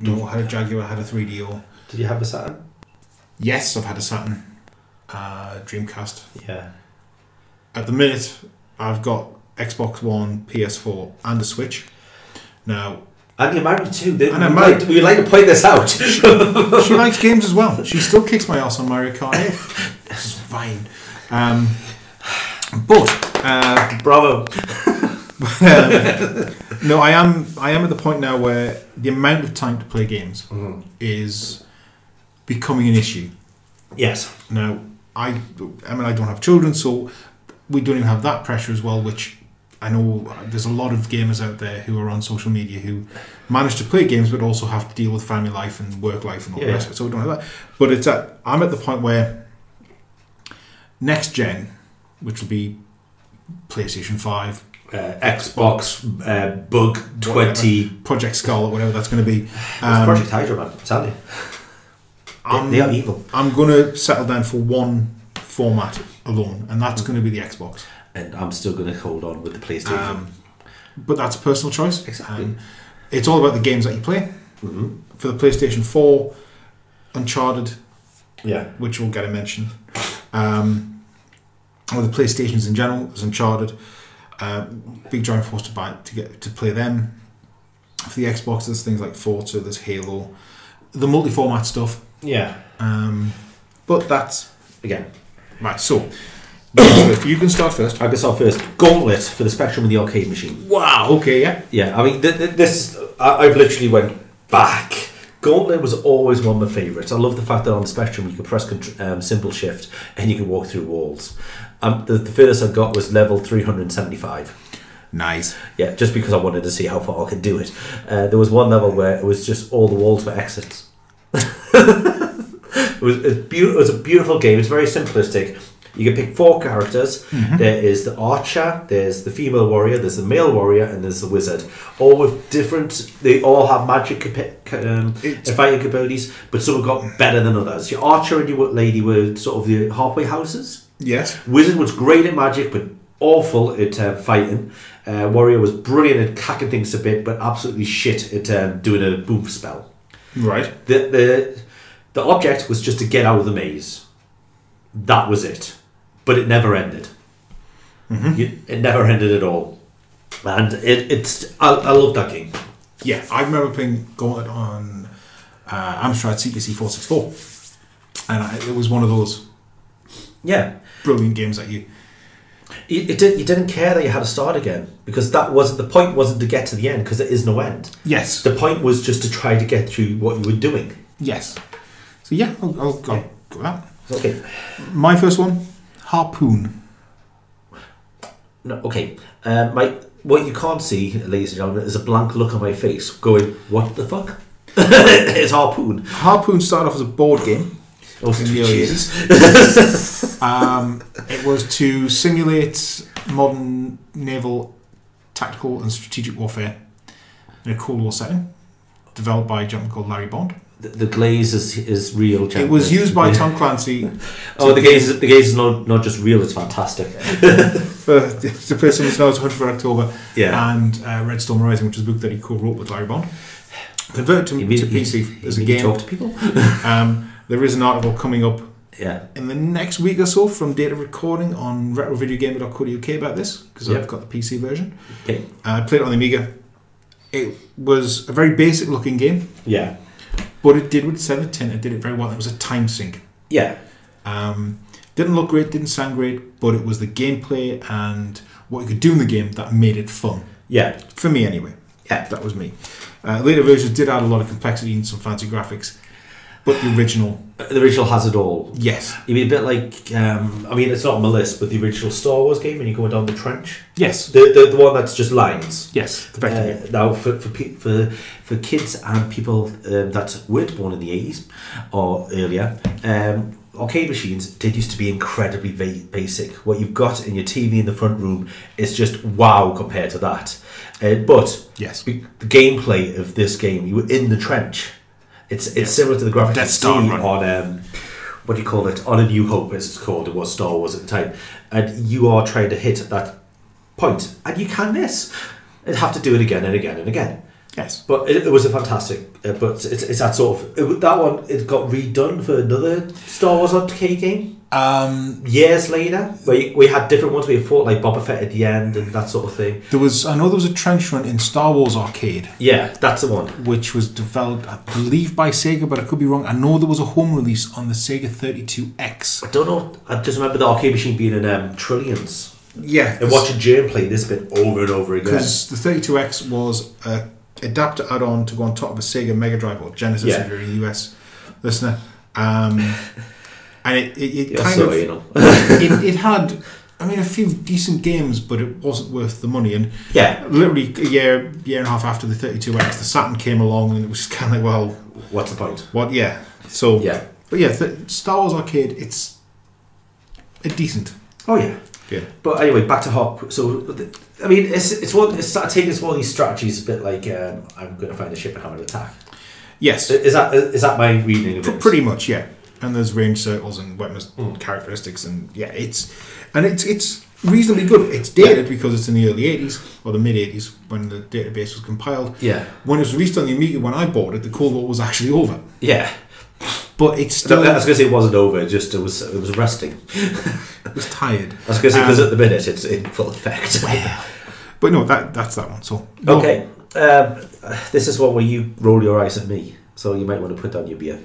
[SPEAKER 4] No, I had a Jaguar, I had a 3DO.
[SPEAKER 3] Did you have a Saturn?
[SPEAKER 4] Yes, I've had a Saturn, uh, Dreamcast.
[SPEAKER 3] Yeah.
[SPEAKER 4] At the minute, I've got Xbox One, PS4, and a Switch. Now, *laughs*
[SPEAKER 3] And you're married too. They,
[SPEAKER 4] And I'm
[SPEAKER 3] we
[SPEAKER 4] married.
[SPEAKER 3] Like, we like to point this out.
[SPEAKER 4] *laughs* she likes games as well. She still kicks my ass on Mario Kart 8. It's fine. Um, but uh,
[SPEAKER 3] Bravo.
[SPEAKER 4] no, I am I am at the point now where the amount of time to play games is becoming an issue.
[SPEAKER 3] Yes.
[SPEAKER 4] Now, I Em and I don't have children, so we don't even have that pressure as well. Which I know there's a lot of gamers out there who are on social media who manage to play games, but also have to deal with family life and work life and all the
[SPEAKER 3] Yeah.
[SPEAKER 4] rest of it. So we don't have that. But it's at, I'm at the point where next gen, which will be PlayStation Five,
[SPEAKER 3] Uh, Xbox uh, Bug 20.
[SPEAKER 4] Project Scarlet, whatever that's going to be.
[SPEAKER 3] It's
[SPEAKER 4] Um,
[SPEAKER 3] Project Hydra, man. I'm telling you.
[SPEAKER 4] I'm-
[SPEAKER 3] they are evil.
[SPEAKER 4] I'm going to settle down for one format alone, and that's going to be the Xbox.
[SPEAKER 3] And I'm still going to hold on with the PlayStation.
[SPEAKER 4] Um, but that's a personal choice.
[SPEAKER 3] Exactly.
[SPEAKER 4] Um, it's all about the games that you play.
[SPEAKER 3] Mhm.
[SPEAKER 4] For the PlayStation 4, Uncharted,
[SPEAKER 3] yeah.
[SPEAKER 4] which will get a mention, um, or the PlayStations in general, there's Uncharted. Uh, big drive force to buy to get to play them. For the Xbox, there's things like Forza, there's Halo, the multi-format stuff.
[SPEAKER 3] Yeah.
[SPEAKER 4] Um, but that's
[SPEAKER 3] Again,
[SPEAKER 4] right. So *coughs* you can start first.
[SPEAKER 3] I guess our first gauntlet for the Spectrum and the arcade machine.
[SPEAKER 4] Wow. Okay. Yeah.
[SPEAKER 3] Yeah, I mean, th- th- this I- I've literally went back. Gauntlet was always one of my favourites. I love the fact that on the Spectrum you could press contr- um, simple shift and you could walk through walls. Um, the, the furthest I got was level 375.
[SPEAKER 4] Nice.
[SPEAKER 3] Yeah, just because I wanted to see how far I could do it. Uh, there was one level where it was just all the walls were exits. *laughs* It was, it's beau- it was a beautiful game. It's very simplistic. You can pick four characters. There is the archer, there's the female warrior, there's the male warrior, and there's the wizard. All with different. They all have magic capa- ca- um,
[SPEAKER 4] It's-
[SPEAKER 3] and fighting capabilities, but some have got better than others. Your archer and your lady were sort of the halfway houses.
[SPEAKER 4] Yes.
[SPEAKER 3] Wizard was great at magic, but awful at uh, fighting. Uh, Warrior was brilliant at cacking things a bit, but absolutely shit at um, doing a boom spell.
[SPEAKER 4] Right.
[SPEAKER 3] The, the the object was just to get out of the maze. That was it, but it never ended. You- it never ended at all, and it, it's I, I love that game.
[SPEAKER 4] Yeah, I remember playing Gauntlet on uh, Amstrad CPC 464. And I, it was one of those
[SPEAKER 3] Yeah,
[SPEAKER 4] brilliant games that you.
[SPEAKER 3] you, it did, you didn't care that you had to start again because that wasn't the point. Wasn't to get to the end because there is no end.
[SPEAKER 4] Yes.
[SPEAKER 3] The point was just to try to get through what you were doing.
[SPEAKER 4] yes. So, yeah, I'll, I'll, I'll go with that.
[SPEAKER 3] Okay,
[SPEAKER 4] My first one Harpoon.
[SPEAKER 3] No, okay. Um, my what you can't see, ladies and gentlemen, is a blank look on my face, going, "What the fuck?" *laughs* it's harpoon.
[SPEAKER 4] Harpoon started off as a board game.
[SPEAKER 3] Oh,
[SPEAKER 4] In the early
[SPEAKER 3] Jesus!
[SPEAKER 4] Um, it was to simulate modern naval tactical and strategic warfare in a Cold War setting, developed by a gentleman called Larry Bond.
[SPEAKER 3] The, the glaze is is real.
[SPEAKER 4] It
[SPEAKER 3] gentlemen.
[SPEAKER 4] was used by
[SPEAKER 3] Yeah.
[SPEAKER 4] Tom Clancy
[SPEAKER 3] Oh, the glaze, is- the glaze is not not just real; it's fantastic.
[SPEAKER 4] for *laughs* to play some snow to Hunt for October.
[SPEAKER 3] Yeah.
[SPEAKER 4] And uh, Red Storm Rising, which is a book that he co-wrote with Larry Bond. Converted to,
[SPEAKER 3] You mean-
[SPEAKER 4] to
[SPEAKER 3] you-
[SPEAKER 4] PC
[SPEAKER 3] you
[SPEAKER 4] as a
[SPEAKER 3] mean you
[SPEAKER 4] game.
[SPEAKER 3] Talk to people.
[SPEAKER 4] Um, there is an article coming up
[SPEAKER 3] Yeah,
[SPEAKER 4] in the next week or so from data recording on retrovideogamer.co.uk about this because
[SPEAKER 3] Yep.
[SPEAKER 4] I've got the PC version.
[SPEAKER 3] okay.
[SPEAKER 4] Uh, I played it on the Amiga. It was a very basic looking game,
[SPEAKER 3] yeah,
[SPEAKER 4] but it did what it said it did. It did it very well. It was a time sink.
[SPEAKER 3] yeah.
[SPEAKER 4] Um, didn't look great, didn't sound great, but it was the gameplay and what you could do in the game that made it fun.
[SPEAKER 3] Yeah,
[SPEAKER 4] For me, anyway.
[SPEAKER 3] Yeah.
[SPEAKER 4] That was me. Uh, later versions did add a lot of complexity and some fancy graphics, but the original,
[SPEAKER 3] Uh, the original has it all.
[SPEAKER 4] yes.
[SPEAKER 3] You mean a bit like, um, I mean, it's not on my list, but the original Star Wars game when you're going down the trench,
[SPEAKER 4] Yes.
[SPEAKER 3] the the, the one that's just lines.
[SPEAKER 4] Yes. The vector game.
[SPEAKER 3] Uh, now, for, for pe- for for kids and people um, that weren't born in the eighties or earlier, um, arcade machines did used to be incredibly va- basic. What you've got in your TV in the front room is just wow compared to that. Uh, but
[SPEAKER 4] Yes.
[SPEAKER 3] be- the gameplay of this game, you were in the trench. It's it's similar to the graphics
[SPEAKER 4] Death
[SPEAKER 3] you
[SPEAKER 4] Star
[SPEAKER 3] see
[SPEAKER 4] run.
[SPEAKER 3] on um, what do you call it? On a New Hope, as it's called. It was Star Wars at the time, and you are trying to hit that point, and you can miss. It'd have to do it again and again and again.
[SPEAKER 4] Yes.
[SPEAKER 3] But it, it was a fantastic. Uh, but it's, it's that sort of it, that one. It got redone for another Star Wars arcade game.
[SPEAKER 4] Um,
[SPEAKER 3] Years later, we, we had different ones. We fought like Boba Fett at the end and that sort of thing.
[SPEAKER 4] there was I know there was a trench run in Star Wars Arcade,
[SPEAKER 3] Yeah, that's the one.
[SPEAKER 4] which was developed I believe by Sega, but I could be wrong. I know there was a home release on the Sega 32X.
[SPEAKER 3] I don't know. I just remember the arcade machine being in um, trillions
[SPEAKER 4] Yeah,
[SPEAKER 3] and watching Jane play this bit over and over again.
[SPEAKER 4] because the 32X was a adapter add-on to go on top of a Sega Mega Drive or Genesis
[SPEAKER 3] Yeah.
[SPEAKER 4] if you're a US listener, um, and it it, it
[SPEAKER 3] Yeah,
[SPEAKER 4] kind
[SPEAKER 3] so,
[SPEAKER 4] of
[SPEAKER 3] you know.
[SPEAKER 4] it, it had I mean a few decent games, but it wasn't worth the money. And
[SPEAKER 3] Yeah,
[SPEAKER 4] literally a year year and a half after the 32X, the Saturn came along, and it was *laughs* kind of like, well,
[SPEAKER 3] what's the point?
[SPEAKER 4] what? Yeah, so
[SPEAKER 3] Yeah.
[SPEAKER 4] but yeah, the Star Wars Arcade, it's a decent.
[SPEAKER 3] Oh yeah.
[SPEAKER 4] Yeah.
[SPEAKER 3] But anyway, back to Hop. So, th- I mean, it's it's one. It's started taking us one of these strategies, a bit like um, I'm going to find a ship and have an attack.
[SPEAKER 4] Yes.
[SPEAKER 3] Is that is that my reading of
[SPEAKER 4] P-
[SPEAKER 3] it?
[SPEAKER 4] pretty much, yeah. And there's range circles and weapons
[SPEAKER 3] Hmm.
[SPEAKER 4] characteristics, and yeah, it's and it's it's reasonably good. It's dated because it's in the early '80s or the mid '80s when the database was compiled.
[SPEAKER 3] Yeah.
[SPEAKER 4] When it was released on the Amiga, when I bought it, the Cold War was actually over,
[SPEAKER 3] Yeah.
[SPEAKER 4] but it's
[SPEAKER 3] No,
[SPEAKER 4] still
[SPEAKER 3] I was going to say it wasn't over. Just it was it was resting.
[SPEAKER 4] it was tired.
[SPEAKER 3] I was going to say because
[SPEAKER 4] Um,
[SPEAKER 3] at the minute it's in full *laughs* effect.
[SPEAKER 4] But no, that that's that one. So no.
[SPEAKER 3] okay. Um, this is one where you roll your eyes at me, so you might want to put down your beer.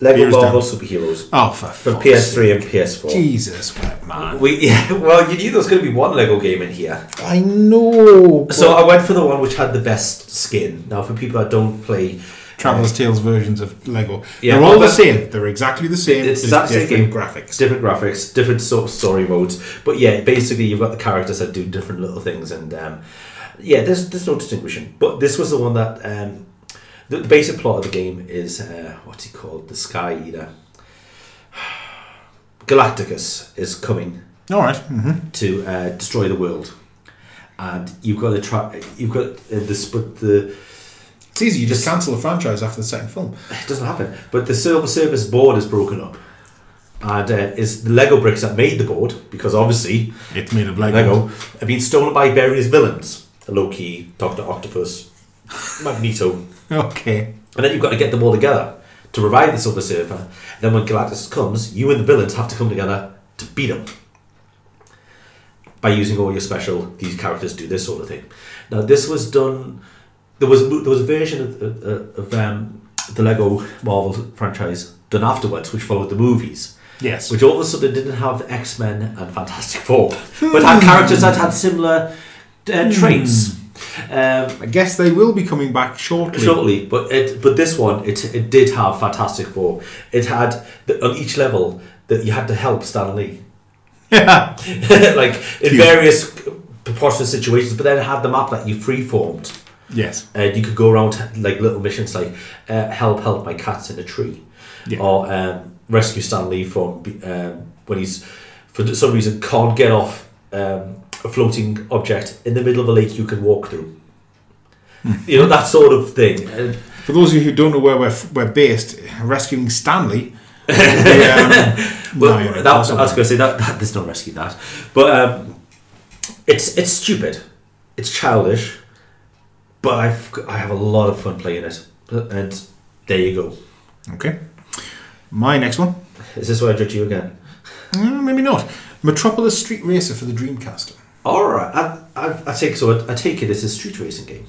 [SPEAKER 3] Lego
[SPEAKER 4] Beer's down.
[SPEAKER 3] Marvel superheroes
[SPEAKER 4] Oh, for
[SPEAKER 3] for
[SPEAKER 4] fuck's
[SPEAKER 3] PS3 and
[SPEAKER 4] sake.
[SPEAKER 3] PS4.
[SPEAKER 4] Jesus, man.
[SPEAKER 3] We yeah, well, you knew there was going to be one Lego game in here.
[SPEAKER 4] I know. but-
[SPEAKER 3] So I went for the one which had the best skin. Now, for people that don't play, uh,
[SPEAKER 4] Traveler's Tales versions of Lego.
[SPEAKER 3] Yeah,
[SPEAKER 4] They're all
[SPEAKER 3] well,
[SPEAKER 4] the
[SPEAKER 3] that-
[SPEAKER 4] same. They're exactly the same.
[SPEAKER 3] it's
[SPEAKER 4] just
[SPEAKER 3] exactly the
[SPEAKER 4] different
[SPEAKER 3] same.
[SPEAKER 4] graphics.
[SPEAKER 3] it's different graphics, different sort of story modes. But yeah, basically you've got the characters that do different little things, and um, yeah, there's there's no distinguishing. But this was the one that um, the basic plot of the game is uh, what's he called? The Sky Eater. *sighs* Galacticus is coming
[SPEAKER 4] All right. Mm-hmm.
[SPEAKER 3] to uh, destroy the world, and you've got to try. You've got uh, this, but the
[SPEAKER 4] It's easy. You just cancel the franchise after the second film.
[SPEAKER 3] It doesn't happen. But the Silver Service board is broken up. And uh, it's the Lego bricks that made the board, because obviously
[SPEAKER 4] It's made of
[SPEAKER 3] Lego have been stolen by various villains Loki, Dr. Octopus, Magneto.
[SPEAKER 4] Okay.
[SPEAKER 3] And then you've got to get them all together to revive the Silver Surfer. And then when Galactus comes, you and the villains have to come together to beat him by using all your special. These characters do this sort of thing. Now this was done. There was there was a version of, of, of um, the Lego Marvel franchise done afterwards, which followed the movies.
[SPEAKER 4] Yes.
[SPEAKER 3] Which all of a sudden didn't have X Men and Fantastic Four, but had characters that had similar uh, traits. Um,
[SPEAKER 4] I guess they will be coming back shortly. *laughs*
[SPEAKER 3] Shortly, but it but this one it it did have Fantastic Four. It had the, on each level that you had to help Stan Lee, *laughs*
[SPEAKER 4] Yeah.
[SPEAKER 3] like in
[SPEAKER 4] Cute.
[SPEAKER 3] various preposterous situations. But then it had the map that you freeformed,
[SPEAKER 4] yes.
[SPEAKER 3] and you could go around to, like little missions like uh, help help my cat's in a tree,
[SPEAKER 4] Yeah.
[SPEAKER 3] or um, rescue Stan Lee from um, when he's for some reason can't get off um, a floating object in the middle of a lake you can walk through. You know that sort of thing. And
[SPEAKER 4] For those of you who don't know where we're, f- we're based, rescuing Stanley. yeah.
[SPEAKER 3] Well, that, I was going to say that, that there's no rescue in that, but um, it's it's stupid, it's childish, but I've g- I have a lot of fun playing it, and there you go.
[SPEAKER 4] Okay. My next one.
[SPEAKER 3] Is this where I judge you again?
[SPEAKER 4] Mm, maybe not. Metropolis Street Racer for the Dreamcast.
[SPEAKER 3] All right, I, I, I take so I, I take it it's a street racing game.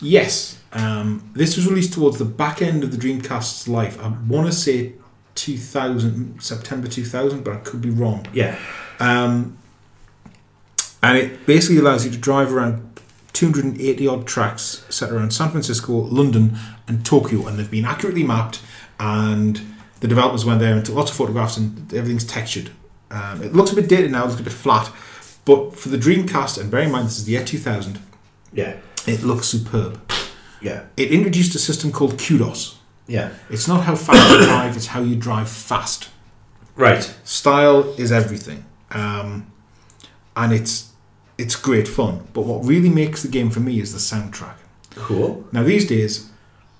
[SPEAKER 4] Yes. Um, this was released towards the back end of the Dreamcast's life. I want to say 2000, September 2000, but I could be wrong.
[SPEAKER 3] Yeah,
[SPEAKER 4] Um, and it basically allows you to drive around 280 odd tracks set around San Francisco, London, and Tokyo, and they've been accurately mapped. And the developers went there and took lots of photographs, and everything's textured. Um, it looks a bit dated now, it looks a bit flat, but for the Dreamcast, and bear in mind this is the year 2000,
[SPEAKER 3] yeah,
[SPEAKER 4] it looks superb.
[SPEAKER 3] yeah,
[SPEAKER 4] It introduced a system called Kudos.
[SPEAKER 3] yeah.
[SPEAKER 4] It's not how fast you *coughs* drive, it's how you drive fast.
[SPEAKER 3] Right.
[SPEAKER 4] Style is everything. Um, and it's it's great fun. But what really makes the game for me is the soundtrack.
[SPEAKER 3] Cool.
[SPEAKER 4] Now these days,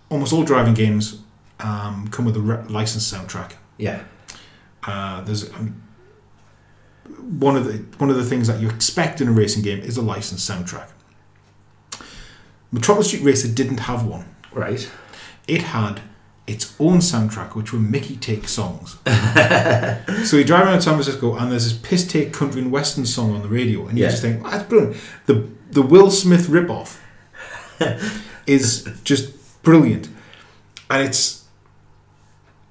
[SPEAKER 4] almost all driving games um, come with a re- licensed soundtrack.
[SPEAKER 3] Yeah.
[SPEAKER 4] Uh, there's um, one of the one of the things that you expect in a racing game is a licensed soundtrack. Metropolis Street Racer didn't have one.
[SPEAKER 3] Right.
[SPEAKER 4] It had its own soundtrack, which were Mickey
[SPEAKER 3] *laughs*
[SPEAKER 4] Take songs. so you drive around San Francisco, and there's this piss take country and western song on the radio, and you
[SPEAKER 3] Yeah.
[SPEAKER 4] just think, "Wow, that's brilliant. The the Will
[SPEAKER 3] *laughs*
[SPEAKER 4] Smith ripoff is just brilliant, and it's.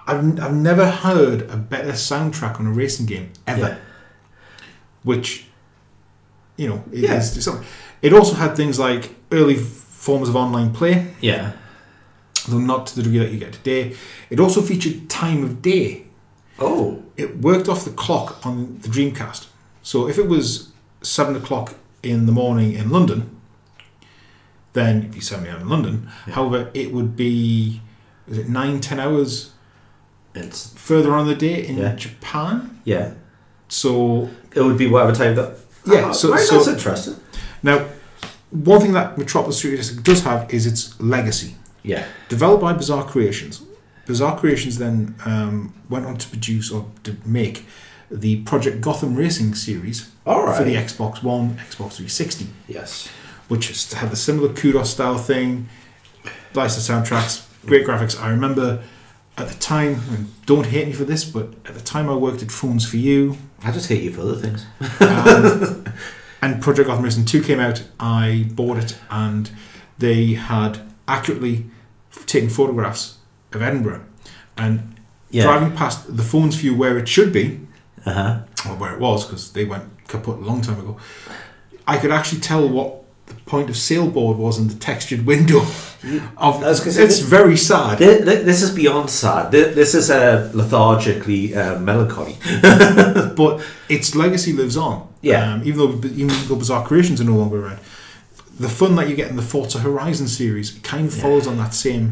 [SPEAKER 4] I've, I've never heard a better soundtrack on a racing game ever
[SPEAKER 3] Yeah.
[SPEAKER 4] which you know it,
[SPEAKER 3] Yeah.
[SPEAKER 4] is- it's something. it also had things like early f- forms of online play
[SPEAKER 3] Yeah.
[SPEAKER 4] though not to the degree that you get today it also featured time of day
[SPEAKER 3] Oh.
[SPEAKER 4] it worked off the clock on the dreamcast so if it was 7 o'clock in the morning in london then it'd be 7 a.m in london however it would be is it 9 10 hours
[SPEAKER 3] It's
[SPEAKER 4] further on in the day in
[SPEAKER 3] Yeah.
[SPEAKER 4] japan
[SPEAKER 3] yeah.
[SPEAKER 4] so
[SPEAKER 3] It would be whatever time that.
[SPEAKER 4] Yeah,
[SPEAKER 3] Ah,
[SPEAKER 4] so-
[SPEAKER 3] right,
[SPEAKER 4] so-
[SPEAKER 3] that's interesting.
[SPEAKER 4] now one thing that metropolis studio District does have is its legacy
[SPEAKER 3] Yeah.
[SPEAKER 4] developed by Bizarre Creations. Bizarre Creations then um, went on to produce or to make the Project Gotham Racing series
[SPEAKER 3] All right.
[SPEAKER 4] for the Xbox One, Xbox 360,
[SPEAKER 3] yes.
[SPEAKER 4] which has had the similar kudos style thing, licensed soundtracks, great graphics. I remember at the time, and don't hate me for this, but at the time I worked at Phones for You,
[SPEAKER 3] I just hate you for other things.
[SPEAKER 4] um, and Project Gotham Racing 2 came out. I bought it, and they had accurately f- taken photographs of Edinburgh. And
[SPEAKER 3] Yeah.
[SPEAKER 4] driving past the phone's view where it should be,
[SPEAKER 3] Uh huh.
[SPEAKER 4] or where it was, because they went kaput a long time ago, I could actually tell what the point of sale board was in the textured window. Of,
[SPEAKER 3] I was gonna say,
[SPEAKER 4] it's
[SPEAKER 3] this-
[SPEAKER 4] very sad.
[SPEAKER 3] This, this is beyond sad. Thi- This is uh, lethargically uh, melancholy.
[SPEAKER 4] but its legacy lives on.
[SPEAKER 3] Yeah.
[SPEAKER 4] Um, even though even though Bizarre Creations are no longer around, the fun that you get in the Forza Horizon series kind of follows on that same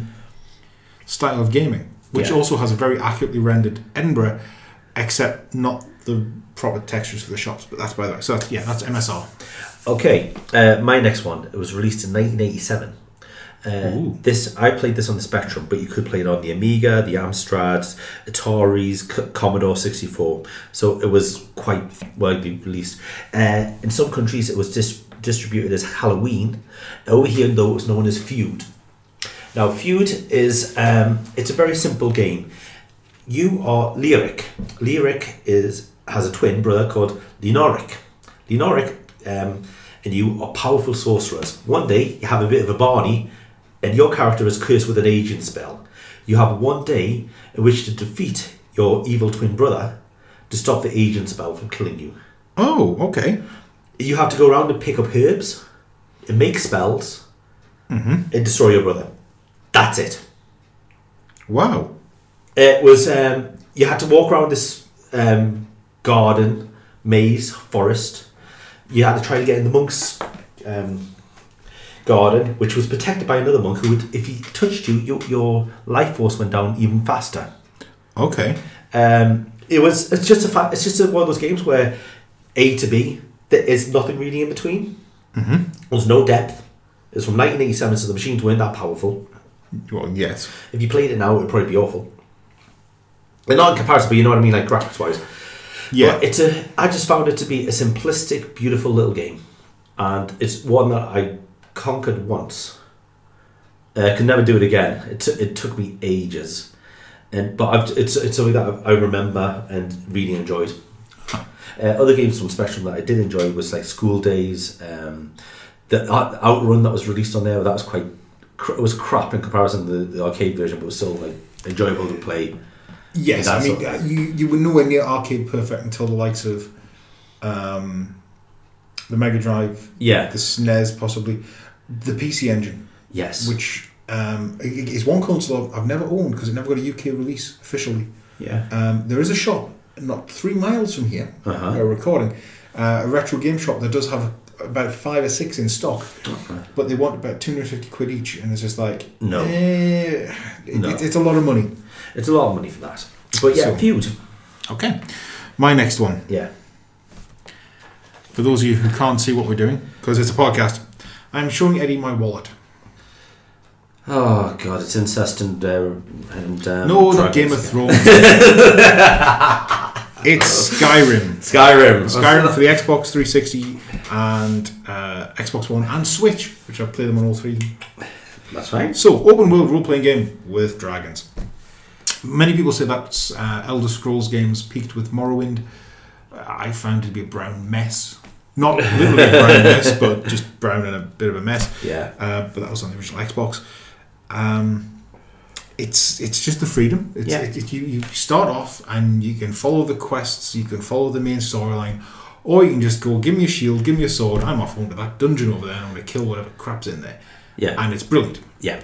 [SPEAKER 4] style of gaming, which
[SPEAKER 3] Yeah.
[SPEAKER 4] also has a very accurately rendered Edinburgh, except not the proper textures for the shops. But that's by the way. So that's, yeah, that's MSR.
[SPEAKER 3] Okay, uh, my next one. It was released in 1987. Uh,
[SPEAKER 4] Ooh.
[SPEAKER 3] this I played this on the Spectrum, but you could play it on the Amiga, the Amstrads, Ataris, C- Commodore 64. So it was quite widely released. Uh, in some countries, it was dis- distributed as Halloween. Over here, though, it was known as Feud. Now, Feud is um, it's a very simple game. You are Lyric. Lyric is has a twin brother called Lenoric. Lenoric um, and you are powerful sorcerers. One day you have a bit of a Barney, and your character is cursed with an aging spell. You have one day in which to defeat your evil twin brother to stop the aging spell from killing you.
[SPEAKER 4] Oh, okay.
[SPEAKER 3] You have to go around and pick up herbs, and make spells, and destroy your brother. That's it.
[SPEAKER 4] Wow.
[SPEAKER 3] It was um, you had to walk around this um, garden, maze, forest. You had to try to get in the monk's um, garden, which was protected by another monk who would, if he touched you, your, your life force went down even faster.
[SPEAKER 4] Okay.
[SPEAKER 3] Um, it was it's just a fa- it's just a, one of those games where A to B there is nothing really in between. Mm-hmm. There's no depth. It's from 1987, so the machines weren't that powerful.
[SPEAKER 4] Well, yes.
[SPEAKER 3] If you played it now, it would probably be awful. But not in comparison, but you know what I mean, like graphics wise.
[SPEAKER 4] Yeah.
[SPEAKER 3] But it's a. I just found it to be a simplistic, beautiful little game, and it's one that I conquered once. Uh, could never do it again. It, t- it took me ages, and but I've, it's it's something that I I remember and really enjoyed. Uh, other games from Spectrum that I did enjoy was like School Days, um, the Out- Outrun that was released on there. That was quite. Cr- it was crap in comparison to the, the arcade version, but it was still like enjoyable to play.
[SPEAKER 4] Yes, I
[SPEAKER 3] That
[SPEAKER 4] mean,
[SPEAKER 3] sort of
[SPEAKER 4] uh, you, you were nowhere near arcade perfect until the likes of um, the Mega Drive,
[SPEAKER 3] Yeah.
[SPEAKER 4] the SNES, possibly the PC Engine,
[SPEAKER 3] Yes.
[SPEAKER 4] which um, i- i- is one console I've- I've never owned because it never got a UK release officially.
[SPEAKER 3] yeah.
[SPEAKER 4] Um, there is a shop not three miles from here,
[SPEAKER 3] Uh-huh.
[SPEAKER 4] where we're recording, uh, a retro game shop that does have about five or six in stock, but they want about 250 quid each, and it's just like,
[SPEAKER 3] No.
[SPEAKER 4] eh, it-
[SPEAKER 3] No.
[SPEAKER 4] it's- it's a lot of money.
[SPEAKER 3] It's a lot of money for that. But yeah,
[SPEAKER 4] So-
[SPEAKER 3] feud.
[SPEAKER 4] Okay. My next one.
[SPEAKER 3] Yeah.
[SPEAKER 4] For those of you who can't see what we're doing, because it's a podcast, I'm showing Eddie my wallet.
[SPEAKER 3] Oh god, it's incest and uh, and um,
[SPEAKER 4] no, the
[SPEAKER 3] dragons.
[SPEAKER 4] Game of Thrones. it's Skyrim.
[SPEAKER 3] Skyrim.
[SPEAKER 4] Skyrim for the Xbox 360 and uh, Xbox One and Switch, which I play them on all three.
[SPEAKER 3] That's right.
[SPEAKER 4] So, open world role playing game with dragons. Many people say that uh, Elder Scrolls games peaked with Morrowind. I found it to be a brown mess. Not literally a
[SPEAKER 3] *laughs*
[SPEAKER 4] brown mess, but just brown and a bit of a mess.
[SPEAKER 3] Yeah.
[SPEAKER 4] Uh, but that was on the original Xbox. Um, it's it's just the freedom. It's,
[SPEAKER 3] Yeah.
[SPEAKER 4] it, it- you, you start off and you can follow the quests, you can follow the main storyline, or you can just go, give me a shield, give me a sword, I'm off home to that dungeon over there and I'm going to kill whatever crap's in there.
[SPEAKER 3] Yeah.
[SPEAKER 4] And it's brilliant.
[SPEAKER 3] Yeah.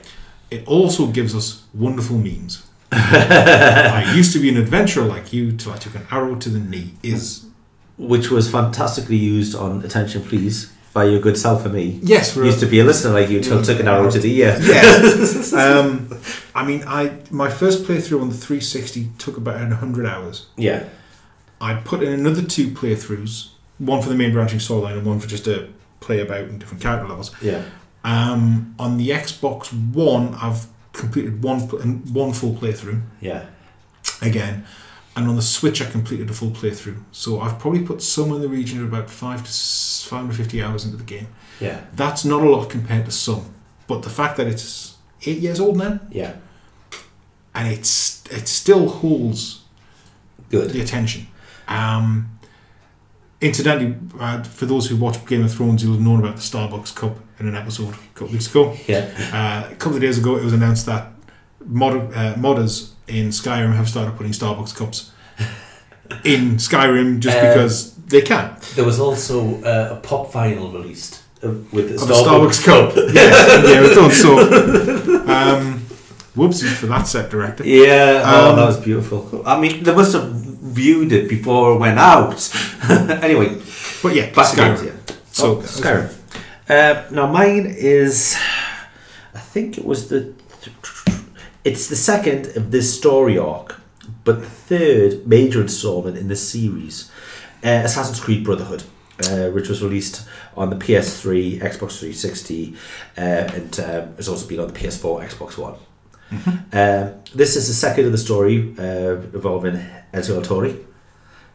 [SPEAKER 4] It also gives us wonderful memes. I used to be an adventurer like you till I took an arrow to the knee. Is
[SPEAKER 3] Which was fantastically used on Attention Please by your good self and me.
[SPEAKER 4] yes, for a-
[SPEAKER 3] Used to be a listener like you till took an arrow to the ear.
[SPEAKER 4] Yes. um, I mean, I my first playthrough on the 360 took about 100 hours.
[SPEAKER 3] Yeah.
[SPEAKER 4] I put in another two playthroughs, one for the main branching storyline and one for just a play about and different character levels.
[SPEAKER 3] Yeah.
[SPEAKER 4] Um, on the Xbox One, I've completed one pl- one full playthrough
[SPEAKER 3] Yeah.
[SPEAKER 4] again, and on the Switch, I completed a full playthrough. So I've probably put somewhere in the region of about five to s- 550 hours into the game.
[SPEAKER 3] Yeah.
[SPEAKER 4] That's not a lot compared to some, but the fact that it's eight years old now
[SPEAKER 3] Yeah.
[SPEAKER 4] and it's it still holds
[SPEAKER 3] Good.
[SPEAKER 4] the attention. Um, incidentally, uh, for those who watch Game of Thrones, you'll have known about the Starbucks Cup in an episode a couple of weeks ago.
[SPEAKER 3] Yeah.
[SPEAKER 4] Uh, a couple of days ago, it was announced that mod- uh, modders in Skyrim have started putting Starbucks cups in Skyrim just
[SPEAKER 3] Uh,
[SPEAKER 4] because they can.
[SPEAKER 3] There was also uh, a pop vinyl released uh, with the
[SPEAKER 4] Of the Starbucks cup. yes, *laughs* yeah, it's done. So, um, whoopsie for that set director.
[SPEAKER 3] Yeah, oh,
[SPEAKER 4] Um,
[SPEAKER 3] that was beautiful. I mean, they must have viewed it before it went out. *laughs* anyway,
[SPEAKER 4] But yeah,
[SPEAKER 3] back to
[SPEAKER 4] Skyrim.
[SPEAKER 3] games, yeah.
[SPEAKER 4] So,
[SPEAKER 3] Oh, Skyrim. Uh, now mine is, I think it was the, it's the second of this story arc, but the third major installment in this series, uh, Assassin's Creed Brotherhood, uh, which was released on the PS3, Xbox 360, uh, and um, has also been on the PS4, Xbox One. Um, this is the second of the story uh, involving Ezio Tori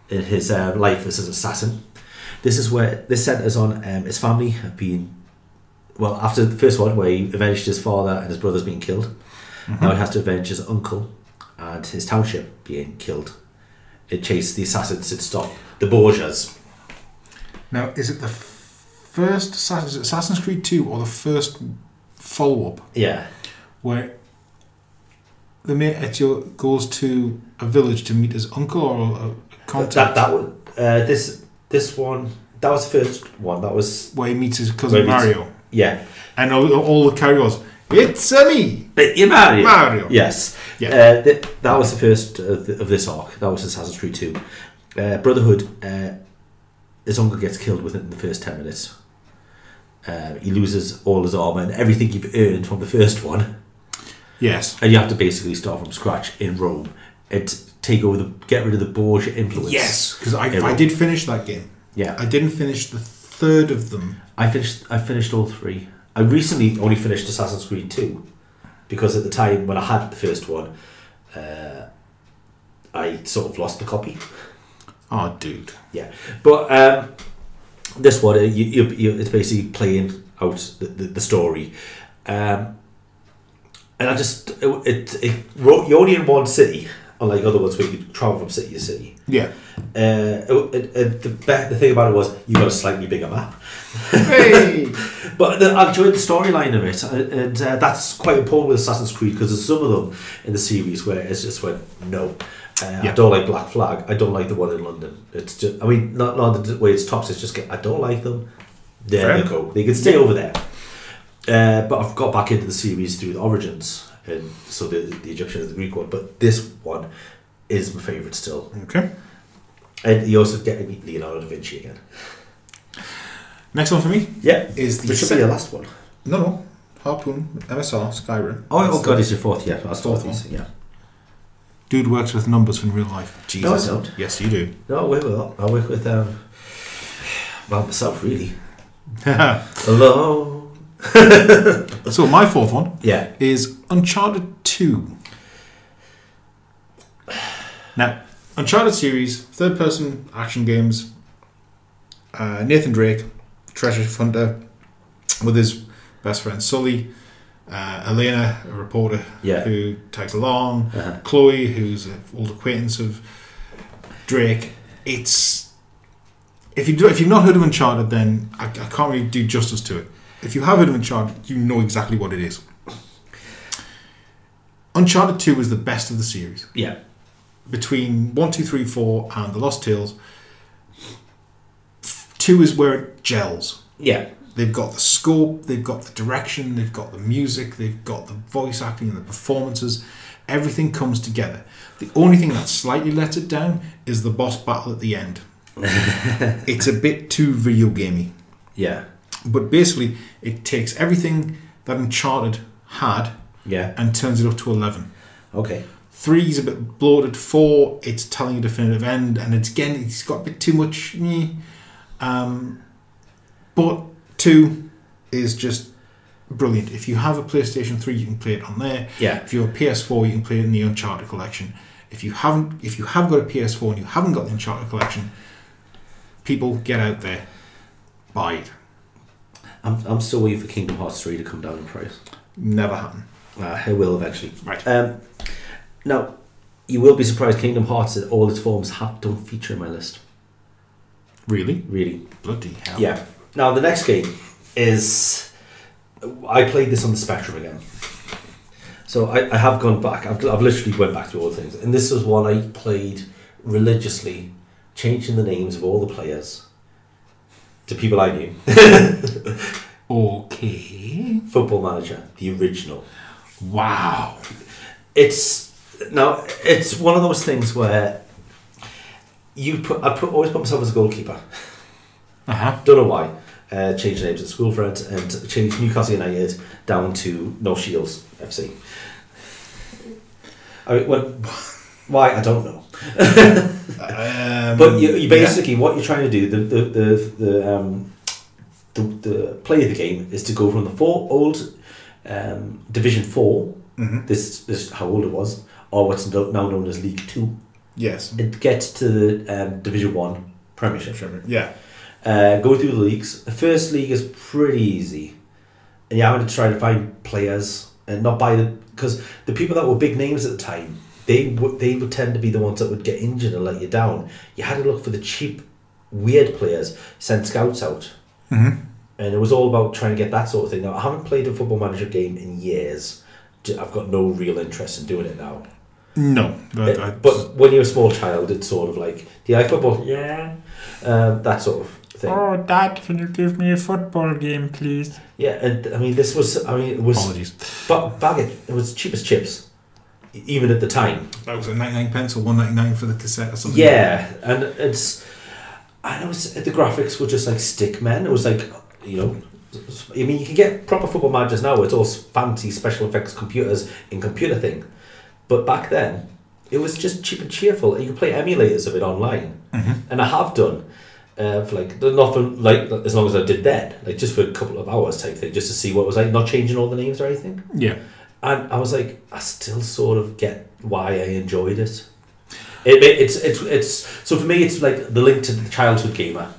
[SPEAKER 3] in his uh, life as an assassin. This is where this centers on um, his family have been. Well, after the first one, where he avenged his father and his brother's being killed,
[SPEAKER 4] Mm-hmm.
[SPEAKER 3] now he has to avenge his uncle and his township being killed. It chased the assassins to stop the Borgias.
[SPEAKER 4] Now, is it the f- first Assassin- is it Assassin's Creed 2 or the first follow up
[SPEAKER 3] Yeah,
[SPEAKER 4] where the mate Ezio goes to a village to meet his uncle or a- a
[SPEAKER 3] that that,
[SPEAKER 4] contact
[SPEAKER 3] that was- uh, this this one that was the first one. That was
[SPEAKER 4] where he meets his
[SPEAKER 3] Where
[SPEAKER 4] cousin
[SPEAKER 3] he meets-
[SPEAKER 4] Mario?
[SPEAKER 3] yeah.
[SPEAKER 4] And all, all the carry was, It's a me!
[SPEAKER 3] But you married
[SPEAKER 4] Mario.
[SPEAKER 3] Yes.
[SPEAKER 4] Yeah.
[SPEAKER 3] Uh, th- that was the first of, th- of this arc. That was Assassin's Creed 2. Uh, Brotherhood, uh, his uncle gets killed within the first 10 minutes. Uh, he loses all his armour and everything you've earned from the first one.
[SPEAKER 4] Yes.
[SPEAKER 3] And you have to basically start from scratch in Rome and take over the. get rid of the Borgia influence.
[SPEAKER 4] Yes, because I,
[SPEAKER 3] Yeah.
[SPEAKER 4] I did finish that game.
[SPEAKER 3] Yeah.
[SPEAKER 4] I didn't finish the third of them.
[SPEAKER 3] I finished. I finished all three. I recently only finished Assassin's Creed two, because at the time when I had the first one, uh, I sort of lost the copy.
[SPEAKER 4] Oh, dude.
[SPEAKER 3] Yeah, but um, this one, uh, you, you, you, it's basically playing out the, the, the story, um, and I just it, it, it ro- you're only in one city, unlike other ones where you travel from city to city.
[SPEAKER 4] Yeah.
[SPEAKER 3] Uh, it, it, it- the, be- the thing about it was you got a slightly bigger map.
[SPEAKER 4] Hey!
[SPEAKER 3] But the, I enjoyed the storyline of it, and, and uh, that's quite important with Assassin's Creed because there's some of them in the series where it's just went no. Uh,
[SPEAKER 4] Yeah.
[SPEAKER 3] I don't like Black Flag. I don't like the one in London. It's just, I mean, not, not the way it's tops. It's just, I don't like them. There
[SPEAKER 4] Fair.
[SPEAKER 3] they go. They can stay over there. Uh, but I've got back into the series through the origins, and so the, the Egyptian and the Greek one. But this one is my favourite still.
[SPEAKER 4] *laughs* okay.
[SPEAKER 3] And you also get to meet Leonardo da Vinci again.
[SPEAKER 4] Next one for me
[SPEAKER 3] Yeah,
[SPEAKER 4] is the.
[SPEAKER 3] which should
[SPEAKER 4] se-
[SPEAKER 3] be the last one.
[SPEAKER 4] No, no. Harpoon, MSR, Skyrim.
[SPEAKER 3] Oh, oh God, it's your fourth. Yeah, that's
[SPEAKER 4] Fourth
[SPEAKER 3] fourth. one. Yeah.
[SPEAKER 4] Dude works with numbers in real life. Jesus.
[SPEAKER 3] I don't.
[SPEAKER 4] Yes, you do. *laughs*
[SPEAKER 3] No, I work with I work with um, well myself really. Hello.
[SPEAKER 4] so my fourth one
[SPEAKER 3] Yeah.
[SPEAKER 4] is Uncharted 2. Now, Uncharted series, third person action games. Uh, Nathan Drake, treasure hunter, with his best friend Sully. uh, Elena, a reporter
[SPEAKER 3] Yeah.
[SPEAKER 4] who tags along,
[SPEAKER 3] Uh-huh.
[SPEAKER 4] Chloe, who's an old acquaintance of Drake. It's if you do, if you've not heard of Uncharted, then I, I can't really do justice to it. If you have heard of Uncharted, you know exactly what it is. Uncharted Two is the best of the series
[SPEAKER 3] Yeah.
[SPEAKER 4] between one, two, three, four, and The Lost Tales. Two is where it gels.
[SPEAKER 3] Yeah.
[SPEAKER 4] They've got the scope, they've got the direction, they've got the music, they've got the voice acting and the performances. Everything comes together. The only thing that slightly lets it down is the boss battle at the end. it's a bit too video gamey.
[SPEAKER 3] Yeah.
[SPEAKER 4] But basically, it takes everything that Uncharted had
[SPEAKER 3] Yeah.
[SPEAKER 4] and turns it up to 11.
[SPEAKER 3] Okay.
[SPEAKER 4] Three's a bit bloated. Four, it's telling a definitive end, and it's again, it's got a bit too much. meh. Um, but two is just brilliant. If you have a PlayStation Three, you can play it on there.
[SPEAKER 3] Yeah.
[SPEAKER 4] If you have a PS4, you can play it in the Uncharted collection. If you haven't, if you have got a PS4 and you haven't got the Uncharted collection, people get out there, buy it.
[SPEAKER 3] I'm, I'm still waiting for Kingdom Hearts 3 to come down in price.
[SPEAKER 4] Never happen.
[SPEAKER 3] Uh, it will eventually.
[SPEAKER 4] Right.
[SPEAKER 3] Um, now, you will be surprised Kingdom Hearts, in all its forms, have, don't feature in my list.
[SPEAKER 4] Really?
[SPEAKER 3] Really.
[SPEAKER 4] Bloody hell.
[SPEAKER 3] Yeah. Now the next game is I played this on the Spectrum again. So I, I have gone back. I've, I've literally went back to all the things, and this was one I played religiously, changing the names of all the players to people I knew. *laughs*
[SPEAKER 4] Okay.
[SPEAKER 3] Football Manager, the original.
[SPEAKER 4] Wow.
[SPEAKER 3] It's now it's one of those things where you put I put always put myself as a goalkeeper.
[SPEAKER 4] Uh huh.
[SPEAKER 3] Don't know why. Uh, changed names at school friends and changed Newcastle United down to No Shields FC. I mean, when, why I don't know.
[SPEAKER 4] Um,
[SPEAKER 3] *laughs* But you, you
[SPEAKER 4] yeah.
[SPEAKER 3] basically what you're trying to do the the the the, um, the, the play of the game is to go from the four old um, Division 4
[SPEAKER 4] Mhm.
[SPEAKER 3] This this is how old it was, or what's no- now known as League Two.
[SPEAKER 4] Yes.
[SPEAKER 3] It gets to the um, Division One Premiership.
[SPEAKER 4] Yeah.
[SPEAKER 3] Uh, go through the leagues. The first league is pretty easy, and you're having to try to find players and not buy the because the people that were big names at the time they would they would tend to be the ones that would get injured and let you down. You had to look for the cheap, weird players. Send scouts out,
[SPEAKER 4] Mhm.
[SPEAKER 3] and it was all about trying to get that sort of thing. Now I haven't played a football manager game in years. J- I've got no real interest in doing it now.
[SPEAKER 4] No. But, I-
[SPEAKER 3] But, but when you're a small child, it's sort of like, do you like football? Yeah. Um, that sort of thing.
[SPEAKER 5] Oh, Dad, can you give me a football game, please?
[SPEAKER 3] Yeah, and I mean, this was, I mean, it was
[SPEAKER 4] apologies.
[SPEAKER 3] ba- baggage. It was cheap as chips, e- even at the time.
[SPEAKER 4] That was a 99 pence or 199 for the cassette or something.
[SPEAKER 3] Yeah, and it's, I know it's, the graphics were just like stick men. It was like, you know, I mean, you can get proper football managers now. where It's all s- fancy special effects computers and computer thing, but back then, it was just cheap and cheerful. And you could play emulators of it online, and I have done. Uh, for like nothing like as long as I did then like just for a couple of hours type thing just to see what it was like not changing all the names or anything
[SPEAKER 4] Yeah.
[SPEAKER 3] and I was like, I still sort of get why I enjoyed it. It, it- it's it's it's so for me, it's like the link to the childhood gamer.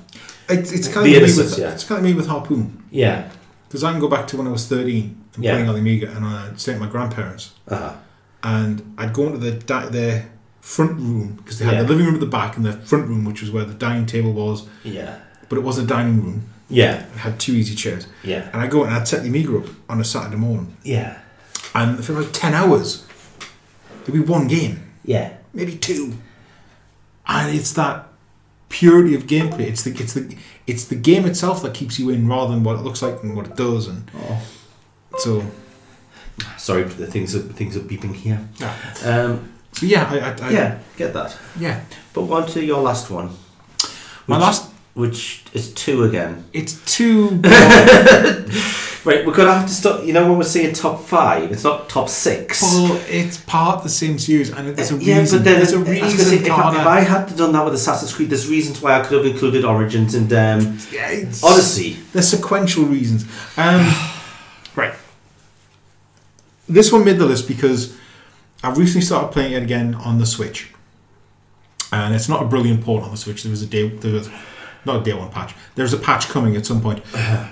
[SPEAKER 4] It's, it's,
[SPEAKER 3] The
[SPEAKER 4] kind of like me
[SPEAKER 3] innocence,
[SPEAKER 4] with,
[SPEAKER 3] yeah.
[SPEAKER 4] it's kind of me with Harpoon.
[SPEAKER 3] Yeah.
[SPEAKER 4] Because I can go back to when I was 13 and
[SPEAKER 3] Yeah.
[SPEAKER 4] playing on the Amiga and I stayed at my grandparents.
[SPEAKER 3] Uh-huh.
[SPEAKER 4] And I'd go into the, di- their front room because they had
[SPEAKER 3] Yeah.
[SPEAKER 4] the living room at the back and the front room, which was where the dining table was.
[SPEAKER 3] Yeah.
[SPEAKER 4] But it was a dining room.
[SPEAKER 3] Yeah.
[SPEAKER 4] It had two easy chairs.
[SPEAKER 3] Yeah.
[SPEAKER 4] And I'd go and I'd set the Amiga up on a Saturday morning.
[SPEAKER 3] Yeah.
[SPEAKER 4] And for about 10 hours, there'd be one game.
[SPEAKER 3] Yeah.
[SPEAKER 4] maybe two. And it's that purity of gameplay. It's the it's the it's the game itself that keeps you in, rather than what it looks like and what it does. And so
[SPEAKER 3] Oh, Sorry, but the things are things are beeping here.
[SPEAKER 4] Yeah.
[SPEAKER 3] Um,
[SPEAKER 4] so yeah, I, I, I
[SPEAKER 3] yeah, get that.
[SPEAKER 4] yeah.
[SPEAKER 3] But on to your last one.
[SPEAKER 4] My
[SPEAKER 3] Which-
[SPEAKER 4] last
[SPEAKER 3] which is two again.
[SPEAKER 4] it's two.
[SPEAKER 3] *laughs* Right, we're gonna have to stop. You know when we're saying top five, it's not top six.
[SPEAKER 4] well, it's part of the same series, and there's a reason.
[SPEAKER 3] yeah, but then
[SPEAKER 4] there's a
[SPEAKER 3] I was gonna say,
[SPEAKER 4] reason.
[SPEAKER 3] if, I, if I
[SPEAKER 4] Connor.
[SPEAKER 3] had done that with Assassin's Creed, there's reasons why I could have included Origins and um,
[SPEAKER 4] Yeah, it's-
[SPEAKER 3] Odyssey.
[SPEAKER 4] There's sequential reasons. Um, right. This one made the list because I recently started playing it again on the Switch, and it's not a brilliant port on the Switch. There was a day, there was not a day one patch. There's a patch coming at some point,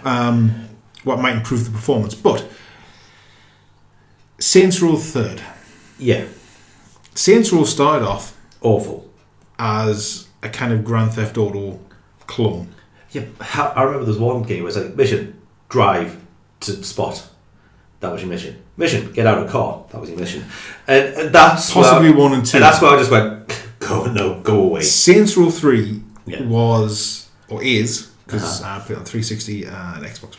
[SPEAKER 4] um, what might improve the performance. But Saints Row Third.
[SPEAKER 3] Yeah,
[SPEAKER 4] Saints Row started off
[SPEAKER 3] awful.
[SPEAKER 4] as a kind of Grand Theft Auto clone.
[SPEAKER 3] Yeah, I I remember there was one game where it's like mission, drive to spot. That was your mission. Mission, get out of the car. That was your mission. And, and that's where-
[SPEAKER 4] Possibly one and two.
[SPEAKER 3] And that's where I just went, *laughs* go no, go away.
[SPEAKER 4] Saints Row Three
[SPEAKER 3] Yeah.
[SPEAKER 4] was or is because I played on 360 and Xbox.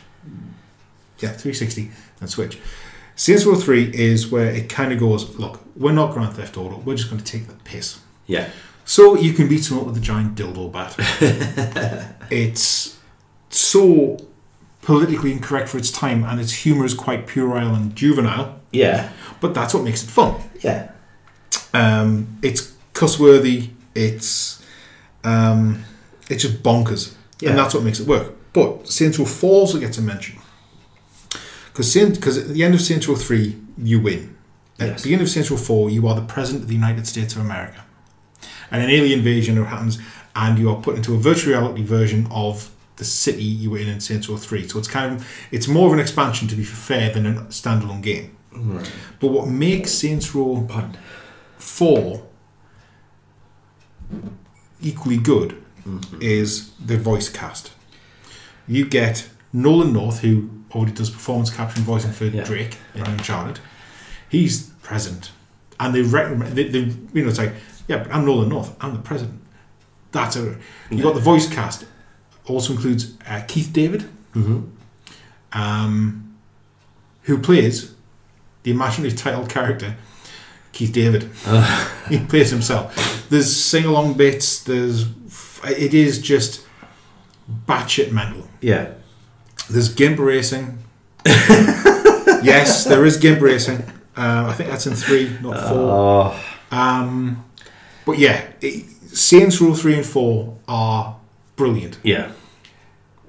[SPEAKER 4] Yeah, 360 and Switch. Saints Row Three is where it kind of goes. Look, we're not Grand Theft Auto. We're just going to take the piss.
[SPEAKER 3] Yeah,
[SPEAKER 4] So you can beat him up with a giant dildo bat. it's so politically incorrect for its time, and its humour is quite puerile and juvenile.
[SPEAKER 3] yeah,
[SPEAKER 4] But that's what makes it fun.
[SPEAKER 3] yeah.
[SPEAKER 4] Um, it's cuss-worthy. It's um, it's just bonkers,
[SPEAKER 3] Yeah.
[SPEAKER 4] and that's what makes it work. But Saints Row Four also gets a mention because because at the end of Saints Row Three, you win. At
[SPEAKER 3] Yes.
[SPEAKER 4] the beginning of Saints Row Four, you are the president of the United States of America, and an alien invasion happens, and you are put into a virtual reality version of the city you were in in Saints Row Three. So it's kind of it's more of an expansion to be fair than a standalone game. But what makes Saints Row
[SPEAKER 3] Pardon.
[SPEAKER 4] four equally good is the voice cast. You get Nolan North, who already does performance capture and voicing for
[SPEAKER 3] Yeah.
[SPEAKER 4] Drake in Uncharted. He's present, and they recommend. They, they, you know, it's like, yeah, but I'm Nolan North. I'm the president. That's a. You got the voice cast. Also includes uh, Keith David,
[SPEAKER 3] Mm-hmm.
[SPEAKER 4] um, who plays the imaginative title character Keith David. *laughs* he plays himself. There's sing along bits. There's it is just batshit mental.
[SPEAKER 3] Yeah.
[SPEAKER 4] There's gimp racing. yes, there is gimp racing. Uh, I think that's in three, not four.
[SPEAKER 3] Oh,
[SPEAKER 4] Um, but yeah, it, Saints Row three and four are brilliant.
[SPEAKER 3] yeah.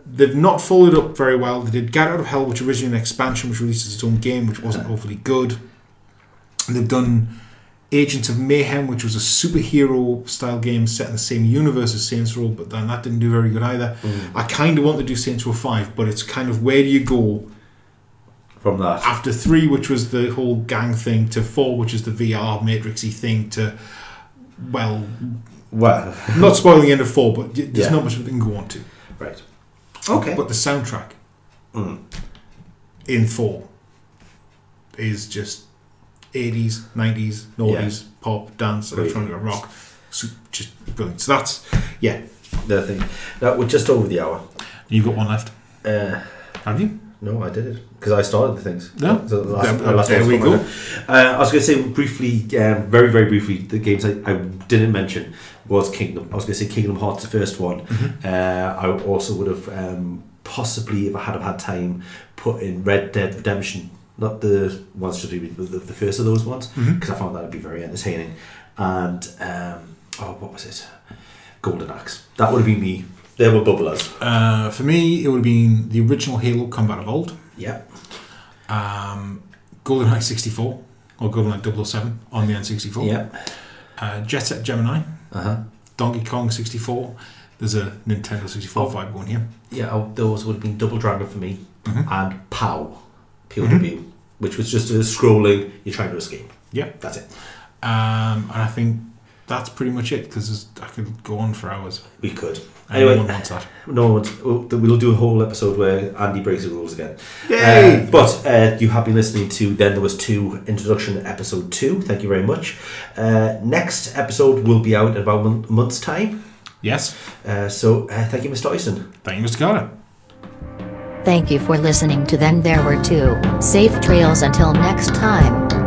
[SPEAKER 4] They've not followed up very well. They did Get Out of Hell, which originally an expansion, which releases its own game, which wasn't overly good. And they've done Agents of Mayhem, which was a superhero style game set in the same universe as Saints Row, but then that didn't do very good either. I kind of want to do Saints Row 5, but it's kind of where do you go
[SPEAKER 3] From that.
[SPEAKER 4] after 3, which was the whole gang thing, to 4, which is the VR matrixy thing, to, well,
[SPEAKER 3] Well, *laughs*
[SPEAKER 4] I'm not spoiling the end of 4, but y- there's
[SPEAKER 3] Yeah.
[SPEAKER 4] not much we can go on to.
[SPEAKER 3] right. Okay.
[SPEAKER 4] But the soundtrack in four is just 80s, 90s, noughties, pop, dance,
[SPEAKER 3] Brilliant.
[SPEAKER 4] electronic rock. So just brilliant. So that's, yeah.
[SPEAKER 3] the thing. That we're just over the hour.
[SPEAKER 4] You've got one left.
[SPEAKER 3] Uh,
[SPEAKER 4] Have you?
[SPEAKER 3] No, I did it because I started the things.
[SPEAKER 4] No.
[SPEAKER 3] So the last,
[SPEAKER 4] There-
[SPEAKER 3] the last
[SPEAKER 4] there
[SPEAKER 3] one's
[SPEAKER 4] we
[SPEAKER 3] from my
[SPEAKER 4] go.
[SPEAKER 3] head. Uh, I was going to say briefly, um, very very briefly, the games I, I didn't mention was Kingdom. I was going to say Kingdom Hearts, the first one.
[SPEAKER 4] Mm-hmm.
[SPEAKER 3] Uh, I also would have um, possibly, if I had have had time, put in Red Dead Redemption, not the ones to do with the, the first of those ones, because
[SPEAKER 4] Mm-hmm.
[SPEAKER 3] I found that would be very entertaining. And um, oh, what was it? Golden Axe. That would have been me. They were bubblers.
[SPEAKER 4] Uh, for me, it would have been the original Halo Combat of old,
[SPEAKER 3] Yeah.
[SPEAKER 4] um, GoldenEye 64 or GoldenEye 007 on the N64,
[SPEAKER 3] Yeah.
[SPEAKER 4] uh, Jet Set Gemini,
[SPEAKER 3] Uh huh.
[SPEAKER 4] Donkey Kong 64. There's a Nintendo 64
[SPEAKER 3] Oh.
[SPEAKER 4] vibe going here.
[SPEAKER 3] yeah, I- those would have been Double Dragon for me
[SPEAKER 4] Mhm.
[SPEAKER 3] and POW, POW,
[SPEAKER 4] Mm-hmm.
[SPEAKER 3] which was just a scrolling, you're trying to escape.
[SPEAKER 4] Yeah.
[SPEAKER 3] That's it.
[SPEAKER 4] Um, and I think that's pretty much it because I could go on for hours.
[SPEAKER 3] We could.
[SPEAKER 4] And
[SPEAKER 3] Anyway.
[SPEAKER 4] no one wants that.
[SPEAKER 3] No, it's- we'll we'll do a whole episode where Andy breaks the rules again.
[SPEAKER 4] Yay!
[SPEAKER 3] Uh, but uh, you have been listening to Then There Was Two Introduction Episode 2. Thank you very much. Uh, next episode will be out in about a mon- month's time.
[SPEAKER 4] Yes.
[SPEAKER 3] Uh, so uh, thank you, Mr. Dyson.
[SPEAKER 4] Thank you, Mr. Carter.
[SPEAKER 2] Thank you for listening to Then There Were Two. Safe trails until next time.